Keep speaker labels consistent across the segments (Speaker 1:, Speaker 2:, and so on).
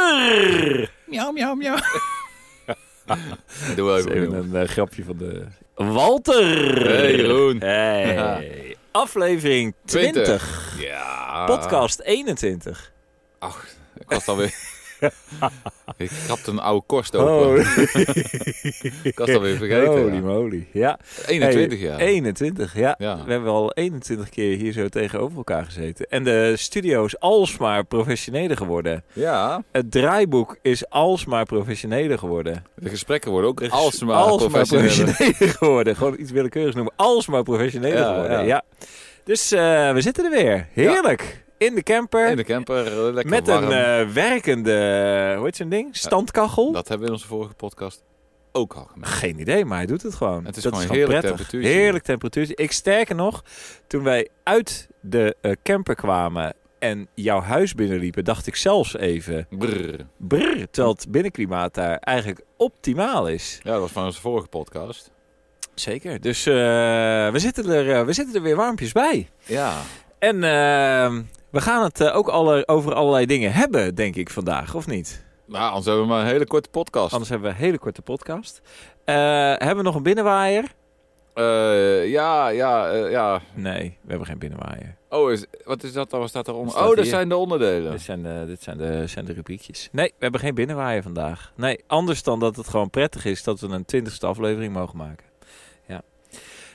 Speaker 1: Walter!
Speaker 2: Miauw, miauw, miauw.
Speaker 3: Doe wel
Speaker 1: Dat is even
Speaker 3: even
Speaker 1: een eh, grapje van de... Walter!
Speaker 3: Hey, Jeroen.
Speaker 1: Hey. Aflevering 20,
Speaker 3: Ja.
Speaker 1: podcast 21.
Speaker 3: Ach, ik was alweer... ik krapte een oude korst open. Ik was alweer vergeten.
Speaker 1: holy
Speaker 3: ja.
Speaker 1: moly. Ja.
Speaker 3: 21
Speaker 1: Hey,
Speaker 3: jaar.
Speaker 1: 21, ja.
Speaker 3: Ja.
Speaker 1: We hebben al 21 keer hier zo tegenover elkaar gezeten. En de studio is alsmaar professioneler geworden.
Speaker 3: Ja.
Speaker 1: Het draaiboek is alsmaar professioneler geworden.
Speaker 3: De gesprekken worden ook
Speaker 1: Er is
Speaker 3: alsmaar,
Speaker 1: alsmaar
Speaker 3: professioneler.
Speaker 1: professioneler geworden. Gewoon iets willekeurigs noemen. Alsmaar professioneler
Speaker 3: Ja,
Speaker 1: geworden. Ja.
Speaker 3: ja.
Speaker 1: Dus eh, we zitten er weer. Heerlijk. In de camper.
Speaker 3: In de camper, eh, lekker
Speaker 1: met
Speaker 3: warm.
Speaker 1: een eh, werkende, eh, hoe heet zo'n ding? Standkachel?
Speaker 3: Dat hebben we in onze vorige podcast ook al gemaakt.
Speaker 1: Geen idee, maar hij doet het gewoon.
Speaker 3: Het is
Speaker 1: dat
Speaker 3: gewoon
Speaker 1: is
Speaker 3: een
Speaker 1: gewoon
Speaker 3: heerlijk
Speaker 1: prettig.
Speaker 3: temperatuurtje.
Speaker 1: Heerlijk temperatuurtje. Ik sterker nog, toen wij uit de eh, camper kwamen en jouw huis binnenliepen, dacht ik zelfs even,
Speaker 3: Brrr.
Speaker 1: brrr, terwijl het binnenklimaat daar eigenlijk optimaal is.
Speaker 3: Ja, dat was van onze vorige podcast.
Speaker 1: Zeker. Dus eh, we, zitten er, eh, we zitten er weer warmpjes bij.
Speaker 3: Ja.
Speaker 1: En eh, we gaan het eh, ook alle, over allerlei dingen hebben, denk ik, vandaag, of niet?
Speaker 3: Nou, anders hebben we maar een hele korte podcast.
Speaker 1: Anders hebben we een hele korte podcast. Eh, hebben we nog een binnenwaaier?
Speaker 3: Eh, ja, ja, eh, ja.
Speaker 1: Nee, we hebben geen binnenwaaier.
Speaker 3: Oh, is, wat is dat dan? Wat staat daaronder?
Speaker 1: Wat staat
Speaker 3: Oh, dat
Speaker 1: hier?
Speaker 3: zijn de onderdelen.
Speaker 1: Dit, zijn de, dit zijn, de, zijn de rubriekjes. Nee, we hebben geen binnenwaaier vandaag. Nee, anders dan dat het gewoon prettig is dat we een twintigste aflevering mogen maken. Ja.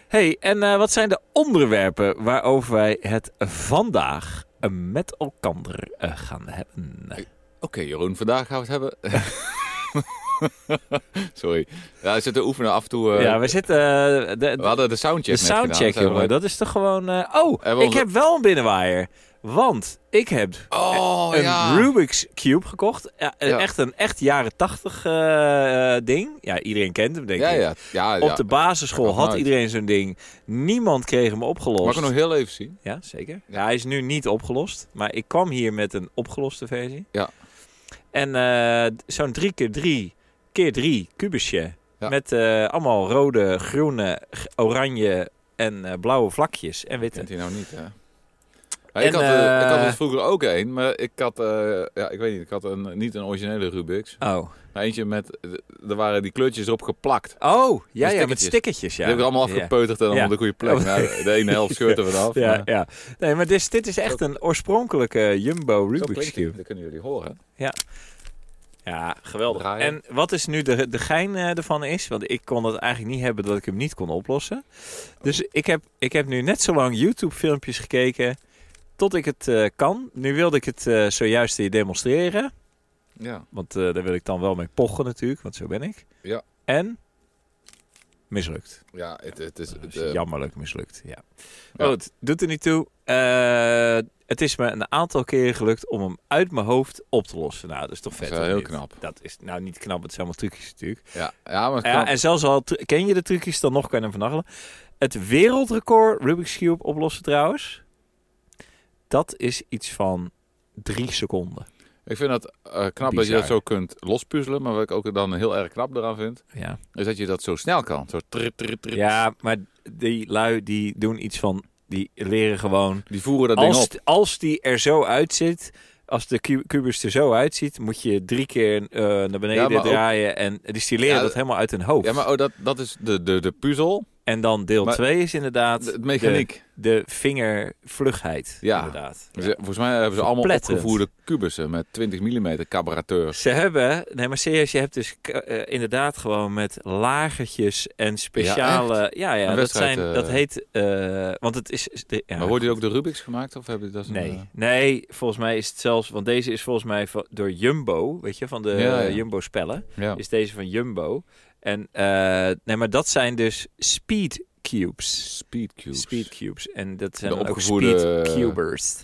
Speaker 1: hey, en eh, wat zijn de onderwerpen waarover wij het vandaag eh, met elkaar eh, gaan hebben?
Speaker 3: Oké, Jeroen, vandaag gaan we het hebben. Sorry. Ja, we zitten oefenen af en toe. eh,
Speaker 1: ja, we zitten... eh, de,
Speaker 3: we hadden de
Speaker 1: de
Speaker 3: soundcheck. net gedaan.
Speaker 1: soundcheck,
Speaker 3: Zijn we-
Speaker 1: jongen. Dat is toch gewoon... eh, oh,
Speaker 3: Hebben
Speaker 1: ik
Speaker 3: we onze-
Speaker 1: heb wel een binnenwaaier. Want ik heb
Speaker 3: Oh,
Speaker 1: een
Speaker 3: ja.
Speaker 1: Rubik's Cube gekocht. Ja, eh,
Speaker 3: Ja.
Speaker 1: Echt een echt jaren tachtig eh, ding. Ja, iedereen kent hem, denk
Speaker 3: ja,
Speaker 1: ik.
Speaker 3: ja, ja, ja.
Speaker 1: Op de basisschool
Speaker 3: Dat
Speaker 1: had
Speaker 3: nooit.
Speaker 1: iedereen zo'n ding. Niemand kreeg hem
Speaker 3: Mag
Speaker 1: opgelost.
Speaker 3: ik hem nog heel even zien?
Speaker 1: Ja, zeker. Ja, hij is nu niet opgelost. Maar ik kwam hier met een opgeloste versie.
Speaker 3: Ja.
Speaker 1: En eh, zo'n 3 keer 3 keer 3 kubusje.
Speaker 3: Ja.
Speaker 1: Met eh, allemaal rode, groene, g- oranje en eh, blauwe vlakjes. En witte.
Speaker 3: Kent hij nou niet, hè? Ja,
Speaker 1: En,
Speaker 3: ik, had, eh, ik had
Speaker 1: eh,
Speaker 3: er vroeger ook een, maar ik had, eh, ja, ik weet niet, ik had een, niet een originele Rubik's.
Speaker 1: Oh.
Speaker 3: Maar eentje met, eh, er waren die kleurtjes erop geplakt.
Speaker 1: Oh, ja,
Speaker 3: Met
Speaker 1: ja met
Speaker 3: stickertjes.
Speaker 1: stickertjes. Ja.
Speaker 3: Die hebben we allemaal
Speaker 1: Ja.
Speaker 3: afgepeuterd en allemaal
Speaker 1: Ja.
Speaker 3: op de goede plek.
Speaker 1: Oh.
Speaker 3: Nou, de ene helft scheurt er vanaf.
Speaker 1: Ja,
Speaker 3: maar-
Speaker 1: ja. Nee, maar dit, dit is echt een oorspronkelijke Jumbo
Speaker 3: Zo
Speaker 1: Rubik's
Speaker 3: klinkt
Speaker 1: Cube.
Speaker 3: het. Dat kunnen jullie horen.
Speaker 1: Ja, geweldig.
Speaker 3: Draaien.
Speaker 1: En wat is nu de, de gein eh, ervan is, want ik kon het eigenlijk niet hebben dat ik hem niet kon oplossen. Dus ik heb, ik heb nu net zo lang YouTube filmpjes gekeken tot ik het eh, kan. Nu wilde ik het eh, zojuist hier demonstreren,
Speaker 3: Ja.
Speaker 1: want eh, daar wil ik dan wel mee pochen natuurlijk, want zo ben ik.
Speaker 3: Ja.
Speaker 1: En mislukt.
Speaker 3: Ja, het, het is...
Speaker 1: Dus
Speaker 3: Het, eh,
Speaker 1: Jammerlijk mislukt, ja.
Speaker 3: Ja.
Speaker 1: Maar goed, doet er niet toe. Eh, het is me een aantal keren gelukt om hem uit mijn hoofd op te lossen. Nou, dat is toch
Speaker 3: Dat is
Speaker 1: vet.
Speaker 3: wel
Speaker 1: hoor,
Speaker 3: heel
Speaker 1: dit.
Speaker 3: knap.
Speaker 1: Dat is nou niet knap, het zijn allemaal trucjes natuurlijk.
Speaker 3: ja, ja, maar het
Speaker 1: Ja,
Speaker 3: kan-
Speaker 1: en zelfs al tru- ken je de trucjes, dan nog kan je hem vernachelen. Het wereldrecord Rubik's Cube oplossen trouwens, dat is iets van drie seconden.
Speaker 3: ik vind dat eh, knap dat je
Speaker 1: Bizar.
Speaker 3: dat zo kunt lospuzzelen. Maar wat ik ook dan heel erg knap eraan vind,
Speaker 1: Ja,
Speaker 3: is dat je dat zo snel kan. Zo trip, trip, trip.
Speaker 1: ja maar die lui die doen iets van, die leren gewoon
Speaker 3: Die voeren dat ding
Speaker 1: als,
Speaker 3: op.
Speaker 1: als die er zo uitzit, als de cu- kubus er zo uitziet, moet je drie keer eh, naar beneden
Speaker 3: maar ook-
Speaker 1: draaien. En dus die leren
Speaker 3: Ja,
Speaker 1: dat helemaal uit hun hoofd.
Speaker 3: Ja, maar oh, dat, dat is de, de, de puzzel,
Speaker 1: en dan deel
Speaker 3: maar-
Speaker 1: 2 is inderdaad
Speaker 3: de, de mechaniek.
Speaker 1: de vingervlugheid.
Speaker 3: Ja.
Speaker 1: Inderdaad.
Speaker 3: Dus, eh, Volgens mij hebben ze allemaal
Speaker 1: Verpletterend.
Speaker 3: opgevoerde kubussen met 20 mm carburateurs.
Speaker 1: Ze hebben, nee maar serieus, je hebt dus k- eh, inderdaad gewoon met lagertjes en speciale. Ja, ja,
Speaker 3: Een
Speaker 1: dat,
Speaker 3: wedstrijd,
Speaker 1: zijn,
Speaker 3: eh.
Speaker 1: dat heet. eh, want het is. is de- ja,
Speaker 3: Maar worden die ook de Rubik's gemaakt? Of hebben die dat eh,
Speaker 1: Nee, nee, volgens mij is het zelfs, want deze is volgens mij van- door Jumbo, weet je, van de
Speaker 3: Ja, ja.
Speaker 1: eh, Jumbo spellen.
Speaker 3: ja.
Speaker 1: is deze van Jumbo. En eh, nee, maar dat zijn dus speed cubes.
Speaker 3: Speed cubes.
Speaker 1: Speed cubes. En dat zijn
Speaker 3: De
Speaker 1: dan ook
Speaker 3: opgevoerde-
Speaker 1: speed cubers.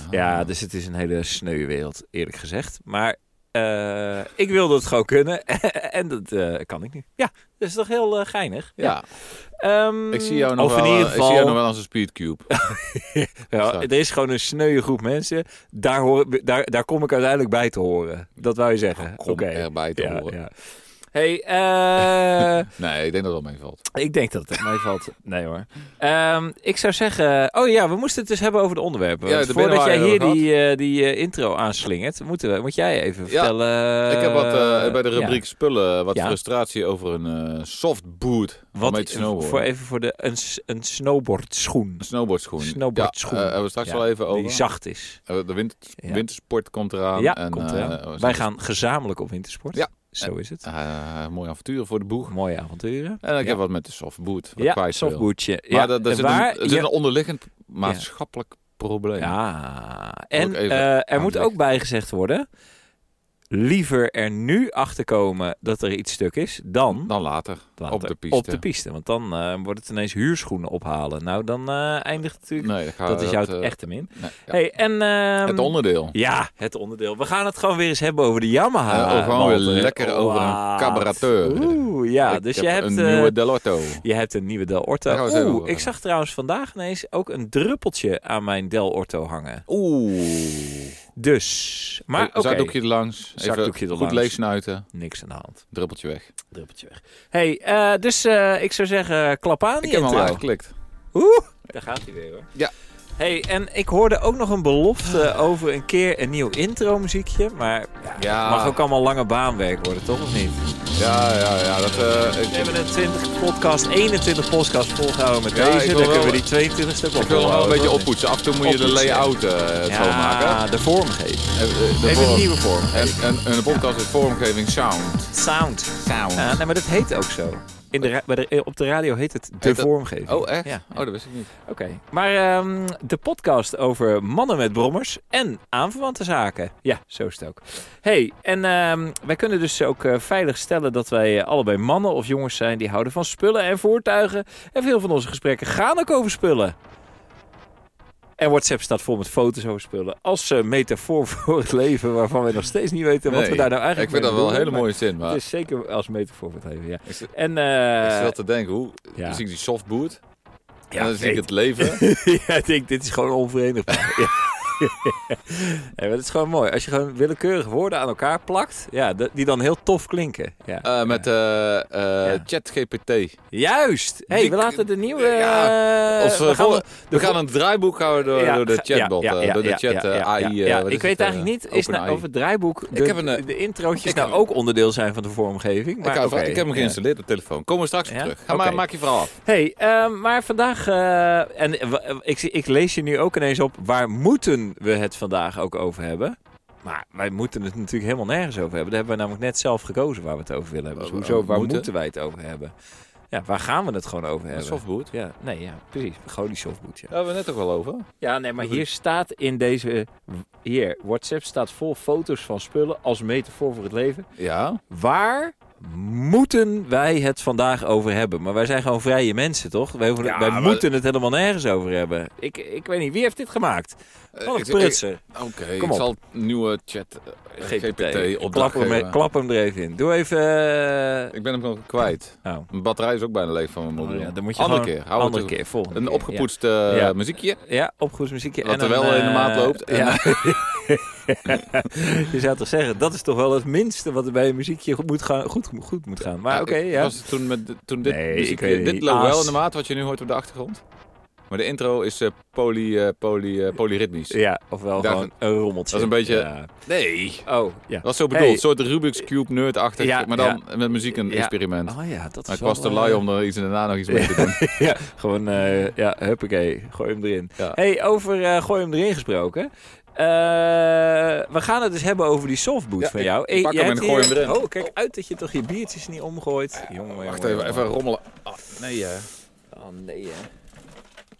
Speaker 3: Ah.
Speaker 1: Ja, dus het is een hele sneu wereld, eerlijk gezegd. Maar eh, ik wilde het gewoon kunnen en dat eh, kan ik nu. Ja, dat is toch heel eh, geinig.
Speaker 3: Ja,
Speaker 1: Ehm,
Speaker 3: ik zie jou nog,
Speaker 1: of in
Speaker 3: wel, eh,
Speaker 1: ieder
Speaker 3: ik
Speaker 1: geval,
Speaker 3: zie jou nog wel als een speedcube.
Speaker 1: ja,
Speaker 3: Zo.
Speaker 1: er is gewoon een sneuwe groep mensen. Daar, hoor, daar, daar kom ik uiteindelijk bij te horen. Dat wou je zeggen.
Speaker 3: Kom
Speaker 1: Oké.
Speaker 3: erbij te
Speaker 1: Ja,
Speaker 3: horen.
Speaker 1: ja. Hey, eh...
Speaker 3: Nee, ik denk dat het wel meevalt.
Speaker 1: Ik denk dat het meevalt. Nee hoor. Ehm, ik zou zeggen... Oh ja, we moesten het dus hebben over de onderwerpen.
Speaker 3: Ja,
Speaker 1: Want
Speaker 3: de
Speaker 1: Voordat jij
Speaker 3: binnenwaarde
Speaker 1: hier
Speaker 3: hebben we
Speaker 1: die, eh, die eh, intro aanslingert, moeten we, moet jij even
Speaker 3: Ja,
Speaker 1: vertellen...
Speaker 3: ik heb wat eh,
Speaker 1: eh,
Speaker 3: bij de
Speaker 1: ja,
Speaker 3: rubriek spullen, eh, wat
Speaker 1: Ja.
Speaker 3: frustratie over een eh softboot. Wat
Speaker 1: wat
Speaker 3: mee te snowboarden.
Speaker 1: Voor, even voor de, een, s- een snowboardschoen.
Speaker 3: Een snowboardschoen.
Speaker 1: Snowboardschoen.
Speaker 3: Ja, eh, hebben we straks
Speaker 1: Ja,
Speaker 3: wel even over.
Speaker 1: Die zacht is.
Speaker 3: Eh, de winter-
Speaker 1: Ja.
Speaker 3: wintersport komt eraan.
Speaker 1: ja,
Speaker 3: en,
Speaker 1: komt
Speaker 3: eh,
Speaker 1: eraan.
Speaker 3: we
Speaker 1: Wij
Speaker 3: zijn-
Speaker 1: gaan gezamenlijk op wintersport.
Speaker 3: Ja.
Speaker 1: Zo is het.
Speaker 3: eh, mooie avonturen voor de boeg.
Speaker 1: Mooie avonturen.
Speaker 3: En ik
Speaker 1: Ja.
Speaker 3: heb wat met de softboot. Wat
Speaker 1: Ja,
Speaker 3: kwijt wil.
Speaker 1: softbootje.
Speaker 3: Maar
Speaker 1: Ja,
Speaker 3: dat, dat zit,
Speaker 1: waar
Speaker 3: een, er
Speaker 1: je-
Speaker 3: zit een onderliggend maatschappelijk probleem.
Speaker 1: Ja,
Speaker 3: Ook
Speaker 1: en
Speaker 3: even
Speaker 1: eh, er moet
Speaker 3: aanleggen.
Speaker 1: ook bijgezegd worden... liever er nu achter komen dat er iets stuk is... dan
Speaker 3: Dan later.
Speaker 1: later
Speaker 3: op de piste.
Speaker 1: op de piste. Want dan eh, wordt het ineens huurschoenen ophalen. Nou, dan eh, eindigt het natuurlijk...
Speaker 3: Nee, ga-
Speaker 1: dat is jouw
Speaker 3: eh,
Speaker 1: echte min.
Speaker 3: nee, ja.
Speaker 1: Hey, en, ehm,
Speaker 3: Het onderdeel.
Speaker 1: Ja, het onderdeel. We gaan het gewoon weer eens hebben over de Yamaha.
Speaker 3: Eh, oh, gewoon weer
Speaker 1: Walter.
Speaker 3: lekker over een
Speaker 1: Wat?
Speaker 3: cabaretteur.
Speaker 1: Oeh, ja.
Speaker 3: Ik
Speaker 1: dus
Speaker 3: heb
Speaker 1: je hebt...
Speaker 3: een
Speaker 1: eh,
Speaker 3: nieuwe Delotto.
Speaker 1: Je hebt een nieuwe Del
Speaker 3: Daar
Speaker 1: Orto.
Speaker 3: gaan we het even
Speaker 1: Oeh,
Speaker 3: over
Speaker 1: ik zag trouwens vandaag ineens ook een druppeltje aan mijn Del Orto hangen.
Speaker 3: Oeh.
Speaker 1: Dus, maar oké,
Speaker 3: Eh, Zakdoekje er langs. Even
Speaker 1: Zakdoekje er
Speaker 3: goed
Speaker 1: langs.
Speaker 3: leegsnuiten.
Speaker 1: niks aan de hand.
Speaker 3: Druppeltje weg.
Speaker 1: Druppeltje weg. hey, eh, dus eh, ik zou zeggen, klap aan die
Speaker 3: Ik heb hem al
Speaker 1: intro.
Speaker 3: aangeklikt.
Speaker 1: Oeh, daar gaat hij weer hoor.
Speaker 3: Ja.
Speaker 1: hey, en ik hoorde ook nog een belofte over een keer een nieuw intro muziekje. Maar ja,
Speaker 3: Ja.
Speaker 1: mag ook allemaal lange baanwerk worden, toch of niet?
Speaker 3: Ja, ja, ja. Dat, eh, ik,
Speaker 1: We hebben een 20 podcast, 21 podcast volgehouden met
Speaker 3: Ja, ik
Speaker 1: deze.
Speaker 3: wil
Speaker 1: Dan kunnen we
Speaker 3: wel-
Speaker 1: die 22 stuk op.
Speaker 3: ik wil hem wel een beetje oppoetsen. Af en toe moet je de
Speaker 1: Oppoetsen.
Speaker 3: layout eh schoonmaken.
Speaker 1: Ja, de vorm geven.
Speaker 3: Eh, eh, de
Speaker 1: Even
Speaker 3: vorm.
Speaker 1: een nieuwe vorm.
Speaker 3: En, en, en een podcast is vormgeving sound.
Speaker 1: Sound.
Speaker 3: Sound.
Speaker 1: Ja, nee, maar dat heet ook zo. In de ra- bij de, op de radio heet het de
Speaker 3: Heet dat-
Speaker 1: vormgeving.
Speaker 3: Oh, echt?
Speaker 1: Ja.
Speaker 3: Oh, dat wist ik niet.
Speaker 1: Oké. Maar ehm, de podcast over mannen met brommers en aanverwante zaken. Ja, zo is het ook. hey, en ehm, wij kunnen dus ook eh, veilig stellen dat wij eh, allebei mannen of jongens zijn die houden van spullen en voertuigen. En veel van onze gesprekken gaan ook over spullen. En WhatsApp staat vol met foto's over spullen. Als eh, metafoor voor het leven waarvan we nog steeds niet weten wat
Speaker 3: Nee,
Speaker 1: we daar nou eigenlijk
Speaker 3: Ik vind dat
Speaker 1: mee
Speaker 3: wel een hele
Speaker 1: bedoelen, maar-
Speaker 3: mooie zin, maar
Speaker 1: Het
Speaker 3: ik
Speaker 1: is zeker als metafoor voor het leven, ja.
Speaker 3: zit
Speaker 1: En
Speaker 3: ik
Speaker 1: eh
Speaker 3: zat te denken, hoe
Speaker 1: ja.
Speaker 3: dan zie ik die softboot
Speaker 1: ja,
Speaker 3: en dan zie ik
Speaker 1: nee.
Speaker 3: het leven.
Speaker 1: ja, ik denk, dit is gewoon onverenigbaar. ja. Nee, maar het is gewoon mooi. Als je gewoon willekeurige woorden aan elkaar plakt, ja, d- die dan heel tof klinken. Ja.
Speaker 3: eh, met eh, eh,
Speaker 1: Ja.
Speaker 3: ChatGPT.
Speaker 1: Juist! hey,
Speaker 3: die-
Speaker 1: we laten de nieuwe...
Speaker 3: Ja,
Speaker 1: eh,
Speaker 3: Als, eh,
Speaker 1: we gaan
Speaker 3: voor-
Speaker 1: de-
Speaker 3: we gaan een draaiboek houden door,
Speaker 1: Ja,
Speaker 3: door de
Speaker 1: ga-
Speaker 3: chatbot,
Speaker 1: ja, ja,
Speaker 3: eh, door de
Speaker 1: ja,
Speaker 3: chat
Speaker 1: ja,
Speaker 3: eh,
Speaker 1: ja,
Speaker 3: AI.
Speaker 1: ja.
Speaker 3: eh, wat is
Speaker 1: ik weet
Speaker 3: het, eh,
Speaker 1: eigenlijk niet is nou,
Speaker 3: OpenAI.
Speaker 1: of het draaiboek, de,
Speaker 3: Ik heb een, eh,
Speaker 1: de introotjes
Speaker 3: ik
Speaker 1: nou
Speaker 3: heb-
Speaker 1: ook onderdeel zijn van de vormgeving.
Speaker 3: Ik,
Speaker 1: Maar,
Speaker 3: hou
Speaker 1: oké.
Speaker 3: van- ik heb hem
Speaker 1: Ja.
Speaker 3: geïnstalleerd op telefoon. Komen we straks op
Speaker 1: Ja?
Speaker 3: terug. Ga
Speaker 1: Oké.
Speaker 3: maar, maak je verhaal af.
Speaker 1: Hey, ehm, maar vandaag, eh, en eh, wa- ik, zie- ik lees je nu ook ineens op, waar moeten we het vandaag ook over hebben? Maar wij moeten het natuurlijk helemaal nergens over hebben. Daar hebben we namelijk net zelf gekozen waar we het over willen hebben. Dus
Speaker 3: Waar we
Speaker 1: hoezo,
Speaker 3: over
Speaker 1: waar
Speaker 3: Oh, moeten?
Speaker 1: moeten wij het over hebben? Ja, waar gaan we het gewoon over
Speaker 3: Een
Speaker 1: hebben?
Speaker 3: softboot.
Speaker 1: Ja, nee, ja, precies. Gewoon die softboot, ja.
Speaker 3: Daar hebben we het net ook al over.
Speaker 1: Ja, nee, maar
Speaker 3: Bedoel-
Speaker 1: hier staat in deze... Hier, WhatsApp staat vol foto's van spullen als metafoor voor het leven.
Speaker 3: Ja.
Speaker 1: Waar moeten wij het vandaag over hebben? Maar wij zijn gewoon vrije mensen, toch? Wij, hoeven-
Speaker 3: Ja,
Speaker 1: wij
Speaker 3: maar-
Speaker 1: moeten het helemaal nergens over hebben. Ik, ik weet niet, wie heeft dit gemaakt?
Speaker 3: Eh,
Speaker 1: Wat een
Speaker 3: ik- ik-
Speaker 1: prutser.
Speaker 3: Oké,
Speaker 1: Kom
Speaker 3: ik
Speaker 1: op.
Speaker 3: zal het nieuwe chat eh, GPT op
Speaker 1: klap, hem, er- klap hem er even in. Doe even... eh,
Speaker 3: Ik ben hem nog kwijt.
Speaker 1: Oh.
Speaker 3: Mijn batterij is ook bijna leeg van mijn mobiel.
Speaker 1: Oh ja, dan moet je
Speaker 3: andere
Speaker 1: gewoon-
Speaker 3: keer. Hou
Speaker 1: andere
Speaker 3: het-
Speaker 1: keer, volgende
Speaker 3: Een
Speaker 1: keer,
Speaker 3: opgepoetst eh,
Speaker 1: Ja.
Speaker 3: muziekje.
Speaker 1: Ja, ja opgroeismuziekje.
Speaker 3: Wat
Speaker 1: en
Speaker 3: er wel
Speaker 1: een,
Speaker 3: in de
Speaker 1: eh,
Speaker 3: maat loopt. En-
Speaker 1: ja. je zou toch zeggen, dat is toch wel het minste wat er bij een muziekje goed moet gaan. Goed, goed moet gaan. Maar
Speaker 3: Ja,
Speaker 1: oké,
Speaker 3: ik-
Speaker 1: ja.
Speaker 3: Was het toen met de- toen dit
Speaker 1: Nee,
Speaker 3: muziekje-
Speaker 1: ik eh, weet het
Speaker 3: dit
Speaker 1: niet.
Speaker 3: loopt wel
Speaker 1: Aas.
Speaker 3: in de maat wat je nu hoort op de achtergrond. Maar de intro is eh, poly, eh, poly, eh, polyritmisch.
Speaker 1: Ja, ofwel
Speaker 3: Daar-
Speaker 1: gewoon een rommeltje.
Speaker 3: dat is een beetje-
Speaker 1: Ja.
Speaker 3: Nee.
Speaker 1: Oh, ja.
Speaker 3: Dat was zo bedoeld.
Speaker 1: Hey.
Speaker 3: Een soort Rubik's Cube nerdachtig.
Speaker 1: Ja,
Speaker 3: maar dan met muziek een
Speaker 1: Ja.
Speaker 3: experiment.
Speaker 1: Oh ja, dat is
Speaker 3: Maar ik
Speaker 1: wel,
Speaker 3: was te
Speaker 1: eh,
Speaker 3: lui om er iets en daarna nog iets mee te doen.
Speaker 1: Ja, gewoon, eh, ja, huppakee, gooi hem erin.
Speaker 3: Ja.
Speaker 1: hey, over eh, gooi hem erin gesproken. Eh, we gaan het dus hebben over die softboot
Speaker 3: Ja,
Speaker 1: van
Speaker 3: ik
Speaker 1: jou. Hey,
Speaker 3: pak
Speaker 1: jij
Speaker 3: hem en
Speaker 1: hebt
Speaker 3: gooi
Speaker 1: hier-
Speaker 3: hem erin. Eh,
Speaker 1: Oh, kijk uit dat je toch je biertjes niet omgooit. jongen,
Speaker 3: Wacht
Speaker 1: jongen,
Speaker 3: even, even
Speaker 1: jongen.
Speaker 3: rommelen. Ah, nee, hè.
Speaker 1: Oh nee, hè.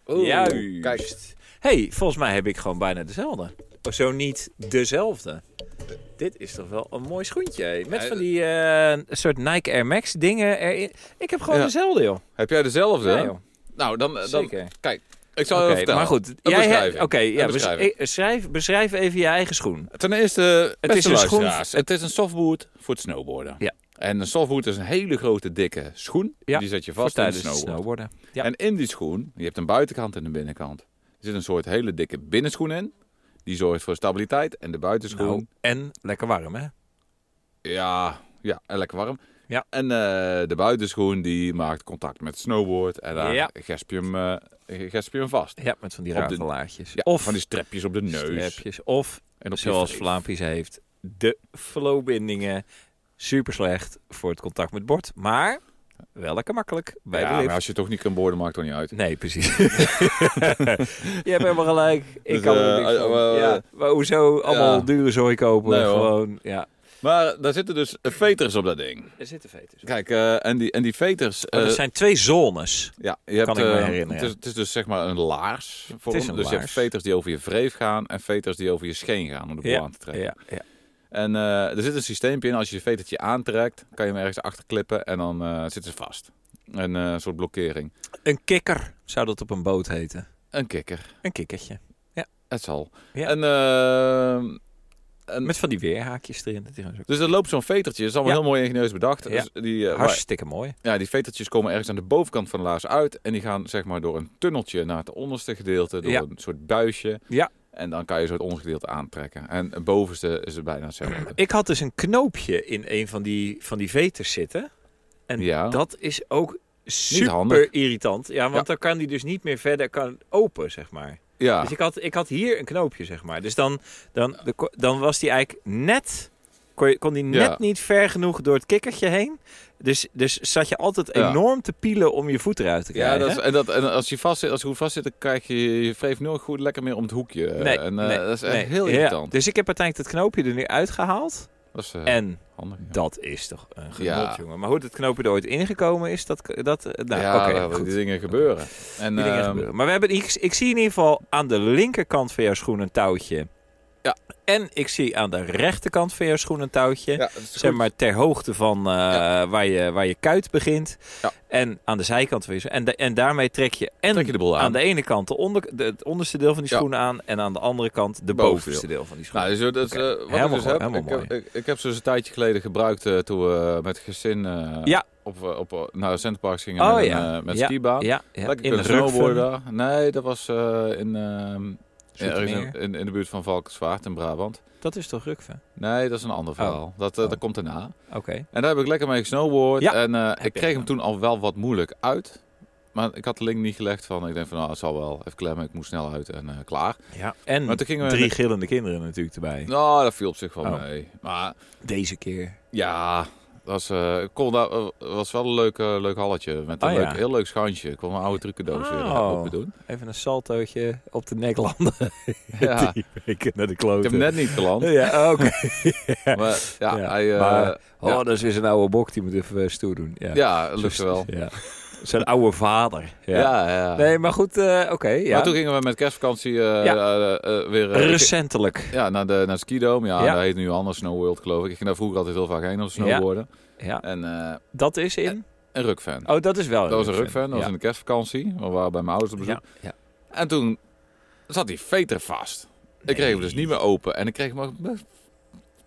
Speaker 3: Oeh,
Speaker 1: Juist.
Speaker 3: Oh, Kijk,
Speaker 1: hey, volgens mij heb ik gewoon bijna dezelfde. Of Zo niet dezelfde. Dit is toch wel een mooi schoentje, hé. Met
Speaker 3: Eh,
Speaker 1: van die eh, soort Nike Air Max dingen erin. Ik heb gewoon
Speaker 3: Ja.
Speaker 1: dezelfde, joh.
Speaker 3: heb jij dezelfde?
Speaker 1: Ja, joh.
Speaker 3: Nou, dan, dan
Speaker 1: Zeker.
Speaker 3: kijk. Ik zal
Speaker 1: Oké,
Speaker 3: je vertellen.
Speaker 1: maar goed.
Speaker 3: Een
Speaker 1: jij hebt-
Speaker 3: beschrijving.
Speaker 1: Oké, ja,
Speaker 3: Een beschrijving.
Speaker 1: beschrijf, schrijf, beschrijf even je eigen schoen.
Speaker 3: Ten eerste,
Speaker 1: Het
Speaker 3: beste
Speaker 1: is een schoen-
Speaker 3: luisteraars, Het is een softboot voor het snowboarden.
Speaker 1: Ja.
Speaker 3: En een softboot is een hele grote, dikke schoen.
Speaker 1: Ja,
Speaker 3: Die zet je
Speaker 1: Voor
Speaker 3: vast in het
Speaker 1: tijdens het
Speaker 3: snowboard.
Speaker 1: snowboarden. Ja.
Speaker 3: En in die schoen, je hebt een buitenkant en een binnenkant. Er zit een soort hele dikke binnenschoen in. Die zorgt voor stabiliteit. En de buitenschoen,
Speaker 1: Nou, en lekker warm, hè?
Speaker 3: ja, ja, en lekker warm.
Speaker 1: Ja.
Speaker 3: En eh, de buitenschoen die maakt contact met het snowboard. En daar
Speaker 1: Ja.
Speaker 3: gesp, je hem, eh, gesp je hem vast.
Speaker 1: Ja, met van die
Speaker 3: Op de-
Speaker 1: rare laagjes.
Speaker 3: Ja,
Speaker 1: of
Speaker 3: van die strepjes op de neus.
Speaker 1: strepjes. Of,
Speaker 3: En op je
Speaker 1: zoals
Speaker 3: vlees.
Speaker 1: Vlaampies heeft, de flowbindingen. Super slecht voor het contact met het bord. Maar wel lekker makkelijk bij de
Speaker 3: Ja,
Speaker 1: lift.
Speaker 3: maar als je het toch niet kan boorden, maakt het toch niet uit.
Speaker 1: Nee, precies. je hebt helemaal gelijk. Ik
Speaker 3: Dus,
Speaker 1: kan er
Speaker 3: eh,
Speaker 1: niks van.
Speaker 3: eh, eh,
Speaker 1: ja, maar hoezo allemaal
Speaker 3: ja.
Speaker 1: dure zooi kopen?
Speaker 3: Nee, hoor.
Speaker 1: Gewoon, ja.
Speaker 3: Maar daar zitten dus veters op dat ding.
Speaker 1: Er zitten veters.
Speaker 3: Kijk, eh, en, die, en die veters...
Speaker 1: Oh,
Speaker 3: eh,
Speaker 1: er zijn twee zones.
Speaker 3: Ja, je hebt,
Speaker 1: ik me
Speaker 3: eh,
Speaker 1: herinneren,
Speaker 3: Het
Speaker 1: ja.
Speaker 3: is, het is dus zeg maar een laars. Voor
Speaker 1: is
Speaker 3: hem.
Speaker 1: een
Speaker 3: dus je hebt
Speaker 1: laars.
Speaker 3: veters die over je wreef gaan en veters die over je scheen gaan om de boel aan te trekken.
Speaker 1: Ja, ja.
Speaker 3: En eh, er zit een systeempje in. Als je je vetertje aantrekt, kan je hem ergens achter klippen en dan eh, zit ze vast. Een eh, soort blokkering.
Speaker 1: Een kikker zou dat op een boot heten.
Speaker 3: Een kikker.
Speaker 1: Een kikkertje.
Speaker 3: Het zal.
Speaker 1: Ja.
Speaker 3: En, eh, en,
Speaker 1: Met van die weerhaakjes erin. Dat is gewoon zo.
Speaker 3: dus er loopt zo'n vetertje. Dat is allemaal
Speaker 1: Ja.
Speaker 3: heel mooi ingenieus bedacht.
Speaker 1: Ja.
Speaker 3: Dus die, eh, waar-
Speaker 1: Hartstikke mooi.
Speaker 3: ja, die vetertjes komen ergens aan de bovenkant van de laars uit. En die gaan zeg maar door een tunneltje naar het onderste gedeelte. Door
Speaker 1: Ja.
Speaker 3: een soort buisje.
Speaker 1: Ja.
Speaker 3: En dan kan je zo het onderste gedeelte aantrekken. En het bovenste is het bijna hetzelfde.
Speaker 1: Ik had dus een knoopje in een van die, van die veters zitten. En
Speaker 3: Ja.
Speaker 1: dat is ook
Speaker 3: handig.
Speaker 1: super irritant. Ja, want
Speaker 3: Ja. Ah.
Speaker 1: dan kan die dus niet meer verder kan open, zeg maar.
Speaker 3: Ja,
Speaker 1: Dus ik had, ik had hier een knoopje, zeg maar. Dus dan, dan, de ko- dan was die eigenlijk net... Kon, je, kon die net
Speaker 3: Ja.
Speaker 1: niet ver genoeg door het kikkertje heen. Dus, dus zat je altijd
Speaker 3: Ja.
Speaker 1: enorm te pielen om je voet eruit te krijgen.
Speaker 3: ja dat is, en, dat, en als je vast zit, als je goed vast zit, dan krijg je je wreef nooit goed lekker meer om het hoekje.
Speaker 1: Nee,
Speaker 3: en, eh,
Speaker 1: nee,
Speaker 3: dat is echt
Speaker 1: nee.
Speaker 3: heel
Speaker 1: Ja.
Speaker 3: irritant.
Speaker 1: Dus ik heb uiteindelijk het knoopje er nu uitgehaald.
Speaker 3: Dat is eh,
Speaker 1: En
Speaker 3: handig. ja.
Speaker 1: dat is toch een genot,
Speaker 3: Ja.
Speaker 1: jongen. Maar hoe het knoopje er ooit ingekomen is, dat... dat nou,
Speaker 3: ja,
Speaker 1: oké,
Speaker 3: dat-
Speaker 1: goed.
Speaker 3: die dingen gebeuren. En,
Speaker 1: Die dingen
Speaker 3: ehm,
Speaker 1: gebeuren. Maar we hebben, ik, ik zie in ieder geval aan de linkerkant van jouw schoen een touwtje.
Speaker 3: Ja.
Speaker 1: En ik zie aan de rechterkant van jouw schoen een touwtje.
Speaker 3: Ja, dat is
Speaker 1: Zeg
Speaker 3: goed.
Speaker 1: maar ter hoogte van eh, waar, je, waar je kuit begint.
Speaker 3: Ja.
Speaker 1: En aan de zijkant van je schoen. En, da- en daarmee trek je, en
Speaker 3: Trek je de boel aan.
Speaker 1: aan de ene kant de onder, de, het onderste deel van die
Speaker 3: Ja.
Speaker 1: schoenen aan. En aan de andere kant de
Speaker 3: Boven.
Speaker 1: bovenste deel van die schoen.
Speaker 3: Nou, dus, dat is,
Speaker 1: Oké,
Speaker 3: eh, wat
Speaker 1: helemaal
Speaker 3: ik dus
Speaker 1: goed,
Speaker 3: heb,
Speaker 1: helemaal
Speaker 3: ik, heb-
Speaker 1: mooi.
Speaker 3: ik, ik heb ze dus een tijdje geleden gebruikt eh, toen we met gezin eh,
Speaker 1: Ja.
Speaker 3: op, eh, op, eh, naar Centerparks gingen
Speaker 1: Oh,
Speaker 3: met, een,
Speaker 1: ja.
Speaker 3: eh, met
Speaker 1: Ja.
Speaker 3: skibaan.
Speaker 1: ja, ja.
Speaker 3: Lekker
Speaker 1: in de
Speaker 3: kunnen snowboarden. Nee, dat was eh, in, ehm, ergens in,
Speaker 1: Zoetermeer.
Speaker 3: in, in de buurt van Valkenswaard in Brabant.
Speaker 1: Dat is toch Rukven?
Speaker 3: Nee, dat is een ander verhaal. Dat, eh,
Speaker 1: Oh.
Speaker 3: dat komt daarna.
Speaker 1: Oké.
Speaker 3: En daar heb ik lekker mee gesnowboard.
Speaker 1: Ja,
Speaker 3: En eh,
Speaker 1: je
Speaker 3: ik kreeg hem
Speaker 1: gedaan.
Speaker 3: toen al wel wat moeilijk uit. Maar ik had de link niet gelegd van, ik denk van, nou, het zal wel. Even klemmen, ik moest snel uit en eh, klaar.
Speaker 1: Ja. En
Speaker 3: Maar toen gingen we...
Speaker 1: drie gillende kinderen natuurlijk erbij.
Speaker 3: Nou, dat viel op zich wel
Speaker 1: Oh.
Speaker 3: mee. Maar
Speaker 1: Deze keer.
Speaker 3: ja, dat was, eh, ik kon daar, eh, was wel een leuk, eh, leuk halletje. Met een
Speaker 1: Ah,
Speaker 3: leuk,
Speaker 1: ja.
Speaker 3: heel leuk schansje. Ik kon mijn oude trucendoos weer eh,
Speaker 1: Oh.
Speaker 3: open doen.
Speaker 1: Even een saltootje op de nek landen.
Speaker 3: Ja.
Speaker 1: Die weken naar de
Speaker 3: Ik heb
Speaker 1: kloten.
Speaker 3: hem net niet geland.
Speaker 1: Ja, oké.
Speaker 3: Maar ja,
Speaker 1: Ja,
Speaker 3: hij, eh,
Speaker 1: maar- Oh,
Speaker 3: Ja.
Speaker 1: dat is weer zo'n oude bok. Die moet even eh, stoer doen. Ja,
Speaker 3: ja, lukt wel.
Speaker 1: Ja. Zijn oude vader. Ja.
Speaker 3: Ja, ja. ja.
Speaker 1: Nee, maar goed. eh, oké. ja.
Speaker 3: Maar toen gingen we met kerstvakantie eh,
Speaker 1: Ja.
Speaker 3: eh, eh, weer... eh,
Speaker 1: Recentelijk.
Speaker 3: ja, naar de naar het skidome. Ja,
Speaker 1: Ja.
Speaker 3: dat heet nu anders, Snow World geloof ik. Ik ging daar vroeger altijd heel vaak heen om te snowboarden.
Speaker 1: Ja,
Speaker 3: En eh,
Speaker 1: dat is in.
Speaker 3: een rukfan.
Speaker 1: Oh, dat is wel.
Speaker 3: dat was een rukfan, dat was
Speaker 1: Ja.
Speaker 3: in de kerstvakantie. We waren bij mijn ouders op bezoek.
Speaker 1: Ja. ja.
Speaker 3: En toen zat die veter vast. Ik kreeg hem dus niet meer open en ik kreeg hem ook best-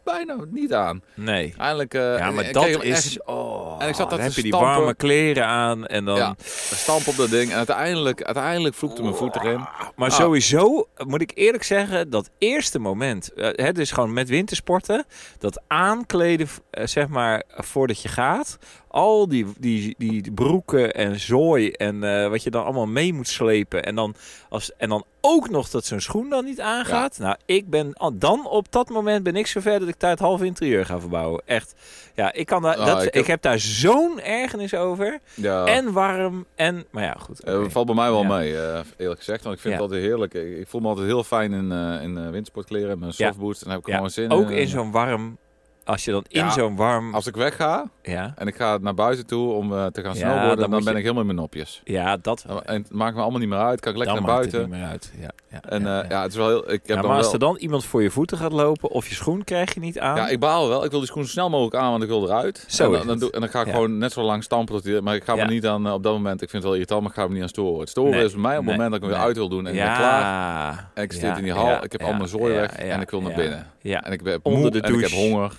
Speaker 3: bijna niet aan.
Speaker 1: Nee.
Speaker 3: Eindelijk... eh,
Speaker 1: Ja, maar
Speaker 3: ik
Speaker 1: dat
Speaker 3: kreeg hem echt
Speaker 1: is. Oh,
Speaker 3: en ik zat daar
Speaker 1: dan
Speaker 3: te
Speaker 1: heb je die
Speaker 3: stampen.
Speaker 1: warme kleren aan en dan.
Speaker 3: Ja. stamp op dat ding en uiteindelijk, uiteindelijk vloekte mijn voet erin.
Speaker 1: Maar
Speaker 3: Ah.
Speaker 1: sowieso moet ik eerlijk zeggen, dat eerste moment, eh, hè, dus gewoon met wintersporten, dat aankleden, eh, zeg maar, voordat je gaat, al die, die, die broeken en zooi en eh, wat je dan allemaal mee moet slepen en dan, als, en dan ook nog dat zo'n schoen dan niet aangaat. Nou, ik ben al- dan op dat moment ben ik zover dat ik daar het halve interieur ga verbouwen. Echt, ja, ik kan daar,
Speaker 3: Ah,
Speaker 1: dat,
Speaker 3: ik
Speaker 1: ik,
Speaker 3: heb-
Speaker 1: heb daar zo'n ergernis over.
Speaker 3: Ja.
Speaker 1: En warm en, maar ja, goed.
Speaker 3: Eh,
Speaker 1: oké.
Speaker 3: valt bij mij wel
Speaker 1: Ja.
Speaker 3: mee, eh, eerlijk gezegd. Want ik vind
Speaker 1: Ja.
Speaker 3: het altijd heerlijk. Ik, ik voel me altijd heel fijn in, eh in eh, wintersportkleren, in mijn
Speaker 1: Ja.
Speaker 3: softboots. En dan heb ik
Speaker 1: Ja,
Speaker 3: gewoon zin
Speaker 1: Ook
Speaker 3: eh,
Speaker 1: in zo'n warm. Als je dan in
Speaker 3: Ja,
Speaker 1: zo'n warm.
Speaker 3: Als ik wegga
Speaker 1: Ja,
Speaker 3: en ik ga naar buiten toe om eh, te gaan
Speaker 1: Ja,
Speaker 3: snowboarden,
Speaker 1: dan
Speaker 3: dan,
Speaker 1: moet
Speaker 3: ben
Speaker 1: je-
Speaker 3: ik helemaal in mijn nopjes.
Speaker 1: ja dat.
Speaker 3: En het maakt me allemaal niet meer uit. Kan ik lekker
Speaker 1: dan
Speaker 3: naar
Speaker 1: maakt het
Speaker 3: buiten.
Speaker 1: niet meer uit. Ja, ja,
Speaker 3: En eh,
Speaker 1: ja,
Speaker 3: ja,
Speaker 1: ja.
Speaker 3: het is wel heel... Ik heb
Speaker 1: Ja,
Speaker 3: dan
Speaker 1: maar als
Speaker 3: wel-
Speaker 1: er dan iemand voor je voeten gaat lopen of je schoen krijg je niet aan.
Speaker 3: Ja, ik baal wel. Ik wil die schoen zo snel mogelijk aan, want ik wil eruit.
Speaker 1: Zo
Speaker 3: en,
Speaker 1: is
Speaker 3: dan, dan
Speaker 1: het.
Speaker 3: doe, en dan ga ik
Speaker 1: Ja.
Speaker 3: gewoon net zo lang stampen tot die... Maar ik ga
Speaker 1: Ja.
Speaker 3: me niet aan... eh, op dat moment, ik vind het wel irritant, maar ik ga me niet aan storen. Het storen
Speaker 1: Nee,
Speaker 3: is bij mij op het
Speaker 1: nee,
Speaker 3: moment dat ik hem weer
Speaker 1: nee.
Speaker 3: uit wil doen en ik ben
Speaker 1: Ja,
Speaker 3: klaar. En ik zit
Speaker 1: ja,
Speaker 3: in die hal,
Speaker 1: ja,
Speaker 3: ik heb
Speaker 1: ja,
Speaker 3: al mijn zooi
Speaker 1: ja,
Speaker 3: weg
Speaker 1: ja,
Speaker 3: en ik wil naar
Speaker 1: ja,
Speaker 3: binnen.
Speaker 1: Ja,
Speaker 3: En ik ben
Speaker 1: Onder
Speaker 3: moe
Speaker 1: de
Speaker 3: en ik heb
Speaker 1: douche.
Speaker 3: honger.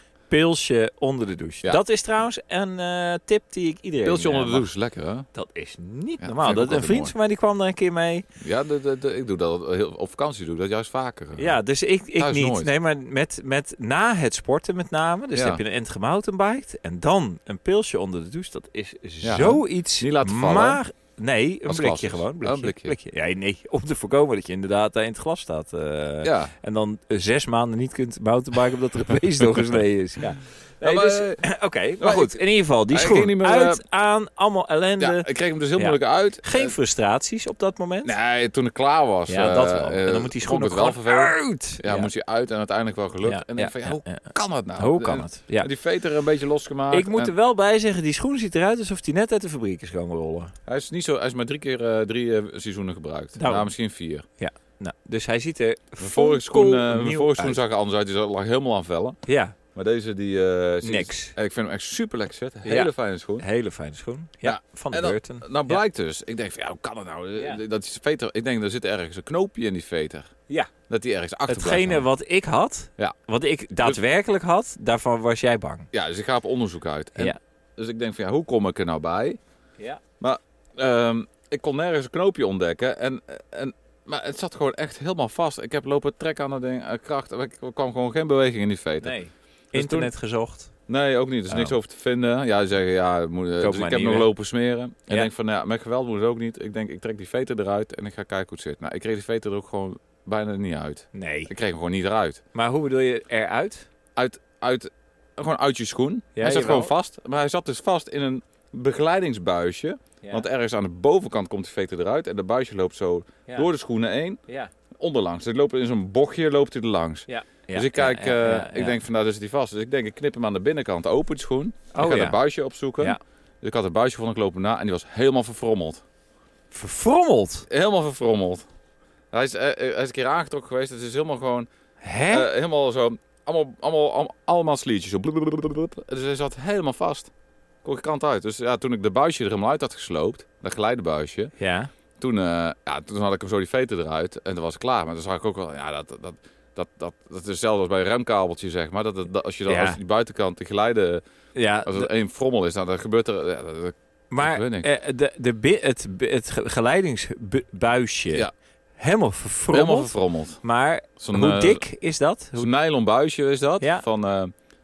Speaker 1: pilsje onder de douche.
Speaker 3: Ja.
Speaker 1: Dat is trouwens een eh, tip die ik iedereen...
Speaker 3: Pilsje
Speaker 1: eh,
Speaker 3: onder de
Speaker 1: mag-
Speaker 3: douche, lekker hè?
Speaker 1: Dat is niet
Speaker 3: Ja,
Speaker 1: normaal. Dat,
Speaker 3: vind ik ook
Speaker 1: een
Speaker 3: wel
Speaker 1: vriend
Speaker 3: mooi.
Speaker 1: van mij die kwam daar een keer mee.
Speaker 3: Ja, de, de, de- ik doe dat heel, op vakantie doe ik dat juist vaker. hè.
Speaker 1: Ja, dus ik, ik
Speaker 3: Thuis
Speaker 1: niet.
Speaker 3: nooit.
Speaker 1: Nee, maar met, met na het sporten met name. Dus
Speaker 3: Ja.
Speaker 1: dan heb je een end gemountainbiked. En dan een pilsje onder de douche. Dat is
Speaker 3: Ja.
Speaker 1: zoiets.
Speaker 3: Niet laten vallen.
Speaker 1: Maar, nee, een
Speaker 3: Als
Speaker 1: blikje
Speaker 3: glas.
Speaker 1: gewoon.
Speaker 3: Oh, een blikje.
Speaker 1: Ja, nee, om te voorkomen dat je inderdaad daar in het glas staat. eh,
Speaker 3: ja.
Speaker 1: En dan eh, zes maanden niet kunt mountainbiken omdat er een beest doorgesneden is. Ja. Nee,
Speaker 3: maar,
Speaker 1: dus-
Speaker 3: eh,
Speaker 1: Oké, maar goed.
Speaker 3: goed.
Speaker 1: In ieder geval, die
Speaker 3: Hij
Speaker 1: schoen
Speaker 3: ging niet meer, eh,
Speaker 1: uit, aan, allemaal ellende.
Speaker 3: ja, ik kreeg hem dus heel
Speaker 1: eh, Ja.
Speaker 3: moeilijk uit.
Speaker 1: Geen frustraties op dat moment.
Speaker 3: Eh, nee, toen ik klaar was.
Speaker 1: ja,
Speaker 3: eh,
Speaker 1: dat wel.
Speaker 3: eh,
Speaker 1: en dan moet die schoen
Speaker 3: vond
Speaker 1: ook
Speaker 3: ik het wel
Speaker 1: gewoon
Speaker 3: vervelend.
Speaker 1: uit.
Speaker 3: Ja, moest hij uit en uiteindelijk wel gelukt. en ik denk van, ja, hoe kan dat nou?
Speaker 1: Hoe kan
Speaker 3: En-
Speaker 1: het? Ja.
Speaker 3: Die veter een beetje losgemaakt.
Speaker 1: Ik moet
Speaker 3: en
Speaker 1: er wel bij zeggen, die schoen ziet eruit alsof die net uit de fabriek is komen rollen.
Speaker 3: hij, is niet zo, hij is maar drie keer eh, drie eh, seizoenen gebruikt.
Speaker 1: Daarom.
Speaker 3: Nou, misschien vier.
Speaker 1: Nou, dus hij ziet er
Speaker 3: Mijn vorige schoen, eh, mijn
Speaker 1: fonkelnieuw
Speaker 3: vorige schoen
Speaker 1: uit.
Speaker 3: zag er anders uit. Die zag- lag helemaal aan vellen.
Speaker 1: Ja,
Speaker 3: Maar deze die... eh ziet-
Speaker 1: niks.
Speaker 3: Eh, Ik vind hem echt super lekker zit. Hele
Speaker 1: Ja.
Speaker 3: fijne schoen.
Speaker 1: Hele fijne schoen. Ja,
Speaker 3: Ja,
Speaker 1: van de
Speaker 3: en dan-
Speaker 1: Burton.
Speaker 3: Nou blijkt dus, ik denk van ja, hoe kan dat nou?
Speaker 1: Ja.
Speaker 3: Eh, Dat die veter, ik denk, er zit ergens een knoopje in die veter.
Speaker 1: Ja.
Speaker 3: Dat die ergens achter blijft
Speaker 1: Hetgene
Speaker 3: hangen.
Speaker 1: wat ik had,
Speaker 3: Ja.
Speaker 1: wat ik daadwerkelijk had, daarvan was jij bang.
Speaker 3: Ja, dus ik ga op onderzoek uit. En
Speaker 1: Ja.
Speaker 3: Dus ik denk van ja, hoe kom ik er nou bij?
Speaker 1: Ja.
Speaker 3: Ehm, ik kon nergens een knoopje ontdekken. En, en, maar het zat gewoon echt helemaal vast. Ik heb lopen trekken aan dat ding, eh, kracht. Ik er kwam gewoon geen beweging in die veter.
Speaker 1: Nee. Internet gezocht.
Speaker 3: Nee, ook niet. Er is
Speaker 1: Oh.
Speaker 3: niks over te vinden. Ja, ze zeggen ja, moet, eh, dus
Speaker 1: maar
Speaker 3: ik heb
Speaker 1: een
Speaker 3: nog
Speaker 1: nieuwe.
Speaker 3: lopen smeren. En
Speaker 1: Ja.
Speaker 3: ik denk van ja, met geweld moet het ook niet. Ik denk, ik trek die veter eruit en ik ga kijken hoe het zit. Nou, ik kreeg die veter er ook gewoon bijna niet uit.
Speaker 1: Nee.
Speaker 3: Ik kreeg hem gewoon niet eruit.
Speaker 1: Maar hoe bedoel je eruit?
Speaker 3: Uit, gewoon uit je schoen.
Speaker 1: Ja,
Speaker 3: hij zat
Speaker 1: jawel.
Speaker 3: gewoon vast. Maar hij zat dus vast in een begeleidingsbuisje. Want ergens aan de bovenkant komt die veter eruit. En dat buisje loopt zo
Speaker 1: Ja.
Speaker 3: door de schoenen heen.
Speaker 1: Ja.
Speaker 3: onderlangs. Dus loopt in zo'n bochtje loopt hij er langs. dus ik kijk,
Speaker 1: ja, ja,
Speaker 3: eh,
Speaker 1: ja,
Speaker 3: ik denk van nou, daar zit hij vast. Dus ik denk, ik knip hem aan de binnenkant open, die schoen.
Speaker 1: ja.
Speaker 3: ik
Speaker 1: oh,
Speaker 3: ga
Speaker 1: ja.
Speaker 3: dat buisje opzoeken.
Speaker 1: Ja.
Speaker 3: Dus ik had het buisje van ik lopen na en die was helemaal verfrommeld.
Speaker 1: Verfrommeld.
Speaker 3: Helemaal verfrommeld. Hij is, eh, eh, hij is een keer aangetrokken geweest. Het is helemaal gewoon,
Speaker 1: Hè?
Speaker 3: eh, helemaal zo, allemaal, allemaal, allemaal, allemaal sliertjes. Zo. blub-blub-blub-blub. Dus hij zat helemaal vast. Kon geen kant uit. Dus ja, toen ik de buisje er helemaal uit had gesloopt, dat geleidebuisje,
Speaker 1: ja.
Speaker 3: toen, eh, ja, toen had ik hem zo die veter eruit en toen was ik klaar. Maar toen zag ik ook wel, ja, dat, dat, dat, dat, dat is hetzelfde als bij een remkabeltje, zeg maar. Dat, dat, dat- als je dan,
Speaker 1: Ja.
Speaker 3: als die buitenkant, die geleide,
Speaker 1: Ja,
Speaker 3: als
Speaker 1: d-
Speaker 3: er één frommel is, nou, dan gebeurt er... Ja, dat- dat-
Speaker 1: maar
Speaker 3: weet ik.
Speaker 1: eh, de, de, bi- het, bi- het ge- geleidingsbuisje,
Speaker 3: Ja.
Speaker 1: helemaal verfrommeld.
Speaker 3: helemaal verfrommeld.
Speaker 1: Maar
Speaker 3: Zo'n,
Speaker 1: hoe
Speaker 3: eh,
Speaker 1: dik is dat? Hoe-
Speaker 3: Zo'n nylon buisje is dat,
Speaker 1: Ja.
Speaker 3: van, eh,